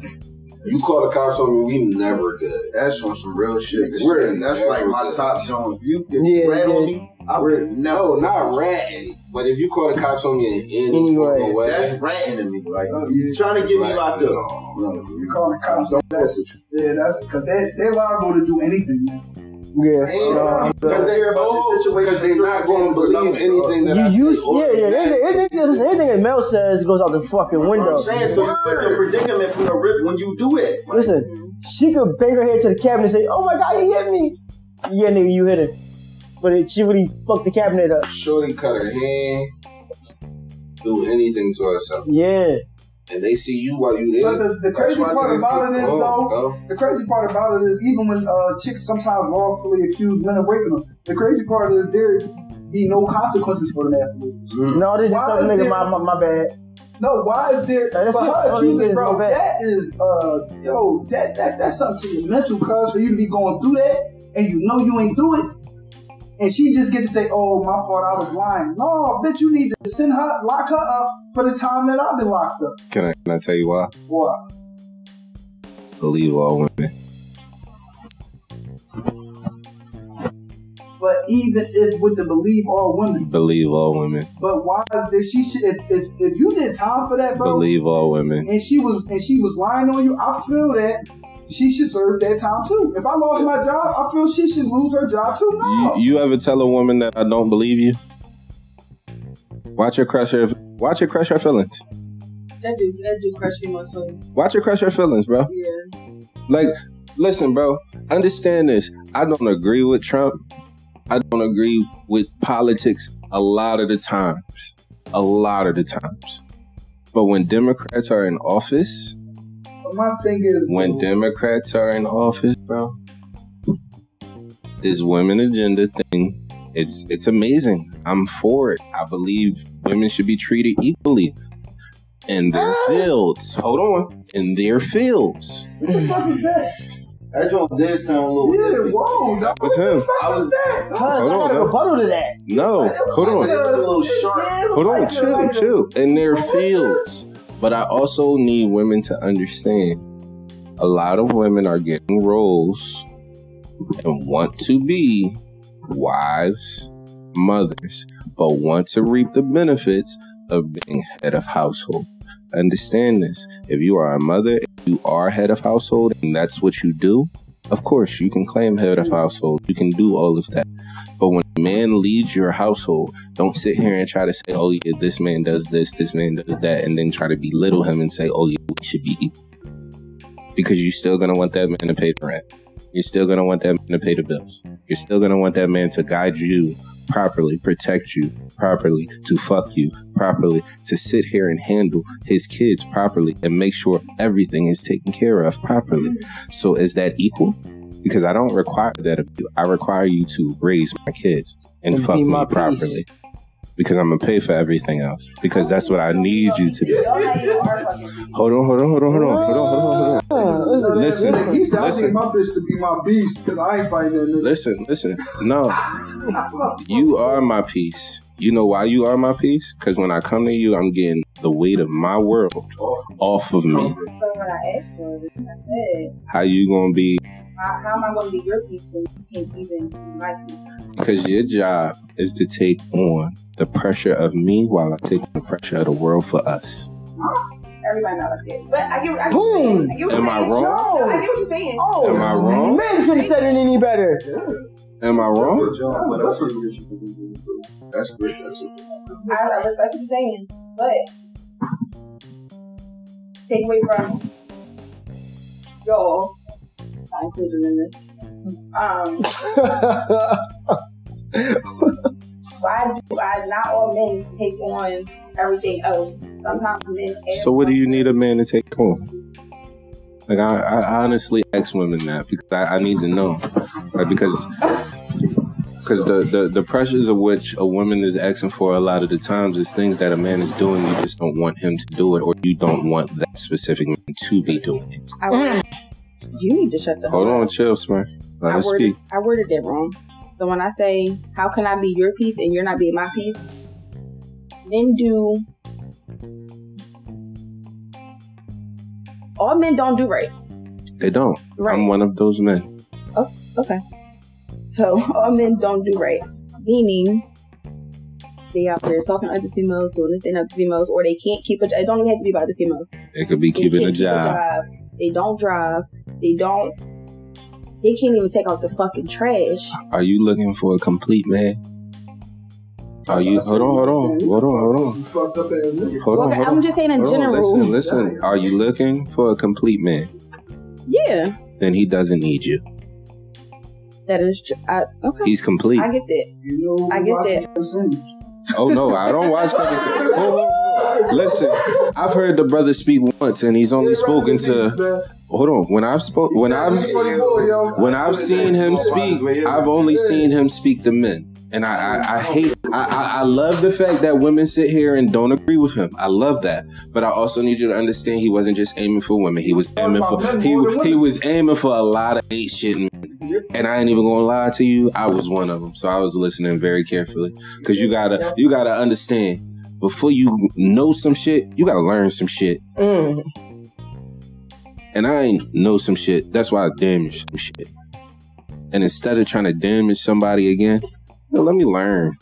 Speaker 7: You call the cops on me, we never good.
Speaker 1: That's on some real shit.
Speaker 7: Really?
Speaker 1: That's like my top zone. If you if
Speaker 2: Yeah,
Speaker 1: you ran on
Speaker 2: yeah.
Speaker 1: me, I
Speaker 7: We're-
Speaker 1: would no.
Speaker 7: No, not ratting. But if you call the cops on me in any,
Speaker 2: Any
Speaker 7: fucking
Speaker 2: way.
Speaker 7: way,
Speaker 1: That's ranting to me. Like
Speaker 5: Oh,
Speaker 1: you trying to get me
Speaker 7: Like,
Speaker 1: locked
Speaker 7: no.
Speaker 1: up.
Speaker 5: You call the cops. That's yeah. That's because they they liable to do anything. Man.
Speaker 2: Yeah. no,
Speaker 1: Because
Speaker 2: no.
Speaker 1: they hear about your situation,
Speaker 7: because they're not going to believe anything that I
Speaker 2: You,
Speaker 7: say
Speaker 2: you,
Speaker 7: or
Speaker 2: yeah, yeah.
Speaker 7: that.
Speaker 2: Anything, anything, listen, anything that Mel says goes out the fucking window.
Speaker 1: I'm saying so you put the predicament from the rip when you do it. Like,
Speaker 2: Listen, she could bang her head to the cabinet and say, "Oh my god, you hit me!" Yeah, nigga, you hit her. But it, she really fucked the cabinet up.
Speaker 7: Shorty cut her hand, do anything to herself,
Speaker 2: Yeah.
Speaker 7: and they see you while you there.
Speaker 5: But the, the crazy
Speaker 7: That's why
Speaker 5: part
Speaker 7: niggas
Speaker 5: about it
Speaker 7: get
Speaker 5: is
Speaker 7: blown,
Speaker 5: though.
Speaker 7: bro.
Speaker 5: The crazy part about it is even when uh, chicks sometimes wrongfully accuse men of raping them. The crazy part is there be no consequences for them afterwards.
Speaker 2: No, this is
Speaker 5: Why
Speaker 2: something,
Speaker 5: is
Speaker 2: nigga.
Speaker 5: there-
Speaker 2: My, my, my bad.
Speaker 5: No, why is there?
Speaker 2: Now, that's
Speaker 5: for
Speaker 2: it.
Speaker 5: her
Speaker 2: Oh, you did
Speaker 5: accusing,
Speaker 2: it,
Speaker 5: bro,
Speaker 2: my bad.
Speaker 5: that is, uh, yo, that, that that's something to your mental, cuz, for you to be going through that and you know you ain't do it. And she just get to say, oh, my fault, I was lying. No, bitch, you need to send her, lock her up for the time that I've been locked up.
Speaker 4: Can I can I tell you why?
Speaker 5: Boy,
Speaker 4: Believe all women.
Speaker 5: but even if with the believe all women,
Speaker 4: Believe all women.
Speaker 5: but why is this? She should, if, if, if you did time for that, bro,
Speaker 4: Believe all women.
Speaker 5: and she was and she was lying on you, I feel that she should serve that time too. If I lost my job, I feel she should lose her job too. No.
Speaker 4: You, you ever tell a woman that I don't believe you? Watch her crush her. Watch her crush her feelings.
Speaker 10: That do that do crush me more so
Speaker 4: Watch her crush her feelings, bro.
Speaker 10: yeah.
Speaker 4: Like, listen, bro, understand this. I don't agree with Trump. I don't agree with politics a lot of the times. A lot of the times. But when Democrats are in office,
Speaker 5: But my thing is
Speaker 4: when Democrats are in office, bro, this women agenda thing, it's it's amazing. I'm for it. I believe women should be treated equally in their fields. Hold on. In their fields.
Speaker 5: what the fuck is that?
Speaker 1: that joint did sound a little.
Speaker 5: Yeah,
Speaker 1: different.
Speaker 5: whoa, dog.
Speaker 4: What's
Speaker 5: What
Speaker 4: him?
Speaker 5: the fuck was that?
Speaker 2: Cuz I
Speaker 4: Hold on,
Speaker 2: got a
Speaker 4: man.
Speaker 2: rebuttal to that.
Speaker 4: No, hold on.
Speaker 1: It was a little
Speaker 5: uh,
Speaker 1: sharp.
Speaker 4: Hold on, chill, chill. In their fields. But I also need women to understand a lot of women are getting roles and want to be wives, mothers, but want to reap the benefits of being head of household. Understand this. If you are a mother, if you are head of household, and that's what you do, of course, you can claim head of household. You can do all of that. But when a man leads your household, don't sit here and try to say, oh yeah, this man does this, this man does that, and then try to belittle him and say, oh yeah, we should be equal. Because you're still gonna want that man to pay the rent. You're still gonna want that man to pay the bills. You're still gonna want that man to guide you properly, protect you properly, to fuck you properly, to sit here and handle his kids properly and make sure everything is taken care of properly. So is that equal? Because I don't require that of you. I require you to raise my kids and,
Speaker 2: And
Speaker 4: fuck
Speaker 2: be
Speaker 4: me
Speaker 2: my peace.
Speaker 4: properly because I'm gonna pay for everything else because that's what I need you to do.
Speaker 10: Y'all not even are fucking people.
Speaker 4: Hold on, hold on, hold on, hold on, hold on, hold on, hold on. Listen,
Speaker 5: uh, he said, I need
Speaker 4: listen.
Speaker 5: my bitch to be my beast because I ain't fighting that
Speaker 4: Listen, listen. No, you are my piece. You know why you are my piece? Because when I come to you, I'm getting the weight of my world off of me.
Speaker 10: But when I asked her, I said,
Speaker 4: How you gonna be
Speaker 10: how, how am I going to be your piece when you can't even be my piece?
Speaker 4: Because your job is to take on the pressure of me while I take on the pressure of the world for us.
Speaker 10: Everybody not like that. But I get, I get what you're
Speaker 2: Boom.
Speaker 10: saying. I get what
Speaker 4: Am
Speaker 10: you're
Speaker 4: I
Speaker 10: saying.
Speaker 4: wrong?
Speaker 10: No, I get what you're saying.
Speaker 2: Oh,
Speaker 4: Am I wrong?
Speaker 2: Man could have said it any better.
Speaker 4: Am I wrong?
Speaker 1: What else is you can do? So That's great. That's it.
Speaker 10: I, I respect what you're saying, but take away from y'all, not included in this. Um, why do why not all men take on everything else? Sometimes men. add
Speaker 4: So what do you
Speaker 10: on
Speaker 4: need a man to take on? Like I, I honestly ask women that because I, I need to know. Like because because the, the, the pressures of which a woman is asking for a lot of the times is things that a man is doing you just don't want him to do it or you don't want that specific man to be doing it.
Speaker 3: I worded, you need to shut the
Speaker 4: Hold
Speaker 3: hell
Speaker 4: on,
Speaker 3: up.
Speaker 4: chill, Smurf. Let
Speaker 3: I
Speaker 4: us
Speaker 3: worded,
Speaker 4: speak.
Speaker 3: I worded that wrong. So when I say, how can I be your piece and you're not being my piece? Men do. All men don't do right.
Speaker 4: They don't.
Speaker 3: Right.
Speaker 4: I'm one of those men.
Speaker 3: So all men don't do right. Meaning they out there talking to other females, doing this thing to other females, or they can't keep it. It don't even have to be about the females.
Speaker 4: It could be
Speaker 3: They
Speaker 4: keeping a
Speaker 3: can't keep
Speaker 4: job.
Speaker 3: They don't drive. They don't. They can't even take out the fucking trash.
Speaker 4: Are you looking for a complete man? Are you hold on, hold on, hold on, hold on,
Speaker 5: fucked up ass nigga.
Speaker 4: hold on,
Speaker 3: Well,
Speaker 4: hold
Speaker 3: I'm
Speaker 4: on.
Speaker 3: just saying in
Speaker 4: Hold on,
Speaker 3: general.
Speaker 4: listen, listen. Are you looking for a complete man?
Speaker 3: Yeah,
Speaker 4: Then he doesn't need you.
Speaker 3: that is. Tr- I, okay,
Speaker 4: He's complete.
Speaker 3: I get that.
Speaker 5: You know,
Speaker 3: I get that.
Speaker 4: Oh no, I don't watch Kevin Samuels. Hold on. Listen, I've heard the brother speak once, and he's only spoken to. Hold on, when I've spoke, when I've when I've seen him speak, I've only seen him speak to men. And I, I, I hate, I, I, I love the fact that women sit here and don't agree with him. I love that, but I also need you to understand he wasn't just aiming for women. He was aiming for he he was aiming for a lot of hate shit. and- And I ain't even gonna lie to you, I was one of them. So I was listening very carefully because you gotta you gotta understand before you know some shit, you gotta learn some shit
Speaker 2: Mm.
Speaker 4: and I ain't know some shit. That's why I damaged some shit. And instead of trying to damage somebody again, yo, let me learn.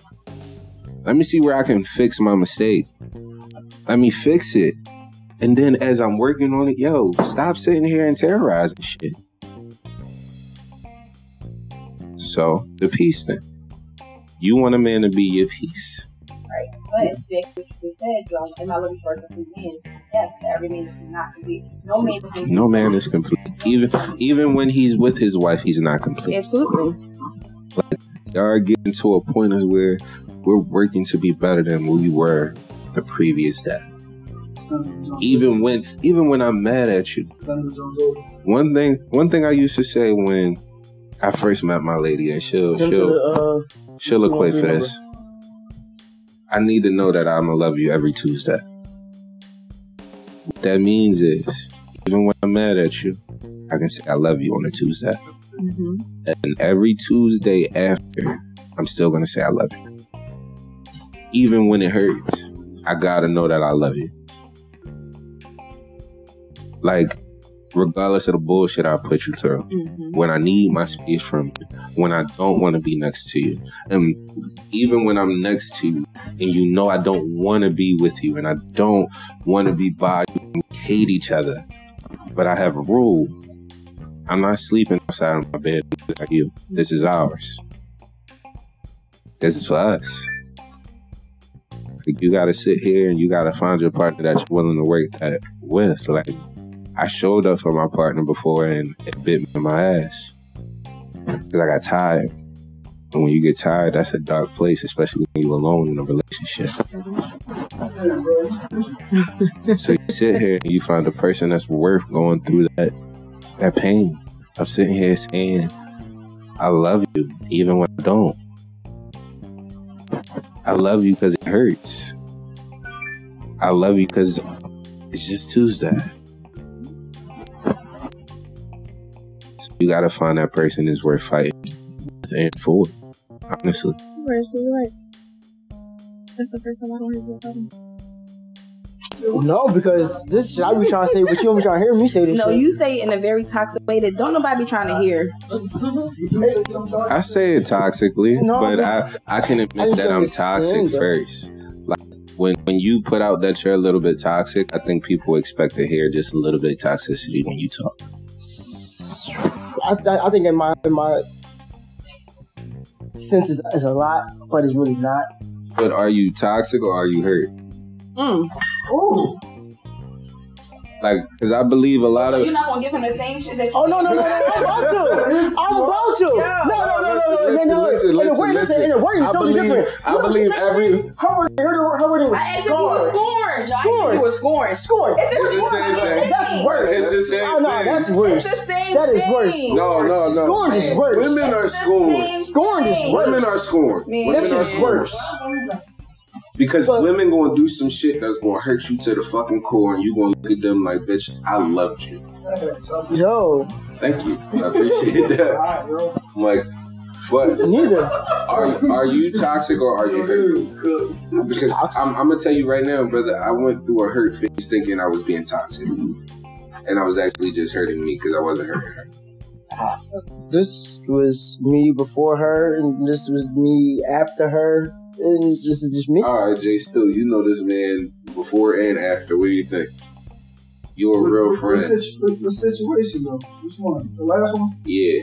Speaker 4: Let me see where I can fix my mistake. Let me fix it. And then as I'm working on it, yo, stop sitting here and terrorizing shit. So the peace thing. You want a man to be your peace.
Speaker 10: But back to what you said, y'all, am I looking for a complete man? Yes, every man is not complete. No man is complete.
Speaker 4: No man is complete. Even even when he's with his wife, he's not complete.
Speaker 3: Absolutely.
Speaker 4: y'all are getting to a point is where we're working to be better than we were the previous day. Even when even when I'm mad at you. One thing one thing I used to say when I first met my lady and she'll
Speaker 2: Send to
Speaker 4: she'll
Speaker 2: the,
Speaker 4: she'll
Speaker 2: Come on,
Speaker 4: equate for
Speaker 2: remember.
Speaker 4: this. I need to know that I'm gonna love you every Tuesday. What that means is, even when I'm mad at you, I can say I love you on a Tuesday, and every Tuesday after, I'm still gonna say I love you, even when it hurts. I gotta know that I love you. Like, regardless of the bullshit I put you through, when I need my space from you, when I don't want to be next to you, and even when I'm next to you, and you know I don't want to be with you, and I don't want to be by you, and we hate each other, but I have a rule: I'm not sleeping outside of my bed like you. This is ours. This is for us. Like, you gotta sit here and you gotta find your partner that you're willing to work that with. Like I showed up for my partner before and it bit me in my ass because I got tired. And when you get tired, that's a dark place, especially when you're alone in a relationship. so you sit here and you find a person that's worth going through that that pain. I'm sitting here saying, "I love you," even when I don't. I love you because it hurts. I love you because it's just Tuesday. So you gotta find that person is worth fighting with and for. Honestly,
Speaker 10: You're absolutely right. That's the first time I don't have a problem.
Speaker 2: No, because this shit I be trying to say, but you don't be trying to hear me say this
Speaker 3: No,
Speaker 2: shit.
Speaker 3: you say it in a very toxic way that don't nobody be trying to hear.
Speaker 5: You do shit sometimes.
Speaker 4: I say it toxically,
Speaker 2: No,
Speaker 4: but I,
Speaker 2: but-
Speaker 4: I can
Speaker 2: I
Speaker 4: admit
Speaker 2: just
Speaker 4: that I'm
Speaker 2: understand
Speaker 4: toxic
Speaker 2: that.
Speaker 4: first. Like when when you put out that you're a little bit toxic, I think people expect to hear just a little bit toxicity when you talk.
Speaker 2: I, I, I think in my in my sense is, is a lot, but it's really not.
Speaker 4: But are you toxic or are you hurt?
Speaker 3: Mm.
Speaker 5: Ooh.
Speaker 4: Like, because I believe a lot of
Speaker 3: You're not gonna give him the same shit that.
Speaker 2: Oh no no no no! I'm about to. I'm about to. No no no no no
Speaker 4: Listen,
Speaker 2: no!
Speaker 4: listen,
Speaker 2: In a
Speaker 4: listen,
Speaker 2: word,
Speaker 4: listen.
Speaker 2: In a word, it's
Speaker 4: I
Speaker 2: totally
Speaker 4: believe-
Speaker 2: different.
Speaker 4: I
Speaker 2: You know what
Speaker 4: believe
Speaker 2: she said to
Speaker 4: every-
Speaker 2: me? her word, her, her, her word was
Speaker 3: I asked if he was
Speaker 2: scorn.
Speaker 3: scorned.
Speaker 2: Scorned.
Speaker 3: I was scorned.
Speaker 2: Scorn.
Speaker 3: It's
Speaker 4: It's the
Speaker 3: the
Speaker 4: same
Speaker 3: same
Speaker 4: thing.
Speaker 3: thing.
Speaker 2: That's worse.
Speaker 4: It's the same
Speaker 2: Oh no,
Speaker 4: thing.
Speaker 2: that's worse.
Speaker 3: It's the same
Speaker 2: That is worse.
Speaker 3: thing.
Speaker 7: No, no, no.
Speaker 2: Scorned is worse.
Speaker 7: Women are scorned.
Speaker 2: Scorned is worse.
Speaker 7: Women are scorned.
Speaker 3: Man.
Speaker 7: Women
Speaker 2: This
Speaker 7: are
Speaker 2: is
Speaker 7: scorned.
Speaker 2: worse.
Speaker 7: Because
Speaker 2: But-
Speaker 7: women gonna do some shit that's gonna hurt you to the fucking core, and you gonna look at them like, bitch, I loved you.
Speaker 2: Yo,
Speaker 7: Thank you. I appreciate that.
Speaker 5: Alright, bro.
Speaker 7: I'm like, but
Speaker 2: neither.
Speaker 7: are are you toxic or are you hurt? Because I'm, I'm gonna tell you right now, brother. I went through a hurt phase thinking I was being toxic, and I was actually just hurting me because I wasn't hurting her.
Speaker 2: This was me before her, and this was me after her, and this is just me.
Speaker 7: All right, Jay. Still, you know this man before and after. What do you think? You a real
Speaker 5: What- what
Speaker 7: friend?
Speaker 5: situ- What what situation though? Which one? The last one?
Speaker 7: Yeah.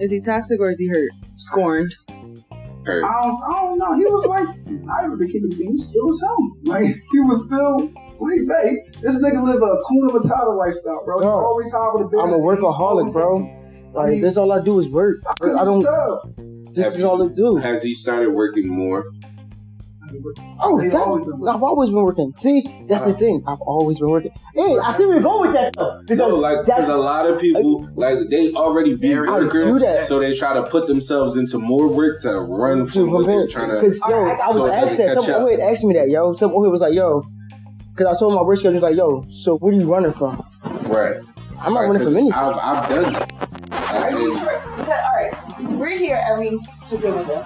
Speaker 10: Is he toxic or is he hurt? Scorned.
Speaker 7: Hurt.
Speaker 5: I don't, I don't know. He was like, I remember keeping it being still was him. Like he was still like, babe, this nigga live a Kuna Matata lifestyle, bro. He
Speaker 2: Bro,
Speaker 5: always high with a big.
Speaker 2: I'm a workaholic, bro. Like this, all I do is work.
Speaker 5: I,
Speaker 2: I
Speaker 5: don't.
Speaker 2: don't.
Speaker 5: Tell.
Speaker 2: This is all I do.
Speaker 7: Has he started working more?
Speaker 2: Oh,
Speaker 5: They've
Speaker 2: that-
Speaker 5: always been working.
Speaker 2: I've always been working. See, that's the thing. I've always been working. Hey, I see where you're going with that though.
Speaker 7: No,
Speaker 2: Because
Speaker 7: like
Speaker 2: that's
Speaker 7: because a lot of people like they already be
Speaker 2: I do that.
Speaker 7: workers, so they try to put themselves into more work to run from what they're trying to.
Speaker 2: Because yo, I was
Speaker 7: So it
Speaker 2: asked
Speaker 7: doesn't
Speaker 2: that.
Speaker 7: catch
Speaker 2: Some
Speaker 7: up.
Speaker 2: overhead asked me that, yo. Some overhead was like, yo, because I told him my work schedule. He was like, yo, so what are you running from?
Speaker 7: Right.
Speaker 2: I'm not running from anything.
Speaker 7: I've, I've done it. I, and
Speaker 3: Because, all right, we're here every Tuesday Wednesday.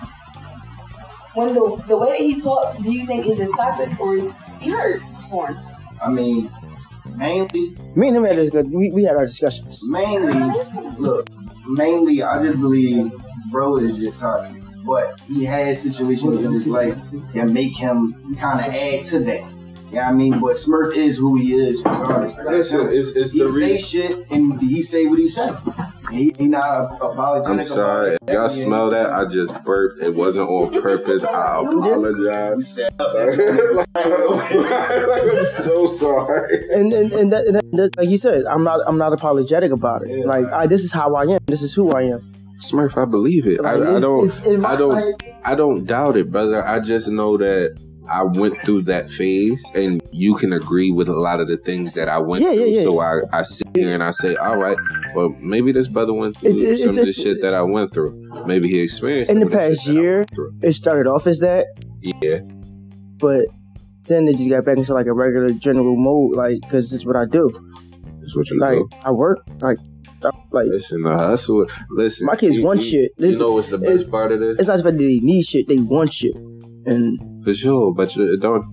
Speaker 3: When the the way that he talked, do you think is just toxic or he hurt? Scorn.
Speaker 1: I mean, mainly,
Speaker 2: Me and him had this good. We, we had our discussions.
Speaker 1: mainly, look, mainly, I just believe bro is just toxic. But he has situations in his life that make him kind of add to that. Yeah, I mean, but Smurf is who he is. regardless.
Speaker 7: listen, it's, it's
Speaker 1: he
Speaker 7: the
Speaker 1: say
Speaker 7: reason.
Speaker 1: shit and he say what he say. He, he not apologetic.
Speaker 4: I'm
Speaker 1: about
Speaker 4: sorry.
Speaker 1: it.
Speaker 4: If y'all smell that, I just burped. It wasn't on purpose. I
Speaker 1: You
Speaker 4: apologize.
Speaker 1: said-
Speaker 7: like, I'm so sorry.
Speaker 2: And and, and, that, and that, that- like you said, I'm not I'm not apologetic about it.
Speaker 7: Yeah.
Speaker 2: Like I, this is how I am. This is who I am.
Speaker 4: Smurf, I believe it. I,
Speaker 2: Like,
Speaker 4: I
Speaker 2: it's-
Speaker 4: don't.
Speaker 2: it's in my
Speaker 4: I don't.
Speaker 2: life.
Speaker 4: I don't doubt it, brother. I just know that I went through that phase, and you can agree with a lot of the things that I went
Speaker 2: Yeah, yeah,
Speaker 4: through.
Speaker 2: yeah.
Speaker 4: So I, I sit here and I say, all right, well, maybe this brother went through
Speaker 2: It's- it's
Speaker 4: some of the
Speaker 2: just-
Speaker 4: shit that I went through. Maybe he experienced
Speaker 2: In the
Speaker 4: some of
Speaker 2: past
Speaker 4: shit that I
Speaker 2: year,
Speaker 4: went through."
Speaker 2: it started off as that,
Speaker 4: Yeah,
Speaker 2: but then it just got back into like a regular general mode, like because it's what I do.
Speaker 4: that's what you
Speaker 2: Like
Speaker 4: know.
Speaker 2: I work, like I, like
Speaker 4: Listen, the hustle. Listen,
Speaker 2: My kids
Speaker 4: you-
Speaker 2: want
Speaker 4: you-
Speaker 2: shit.
Speaker 4: You
Speaker 2: Listen,
Speaker 4: know what's the best
Speaker 2: it's-
Speaker 4: part of this?
Speaker 2: it's not just that they need shit, they want shit, and
Speaker 4: For sure, but you don't.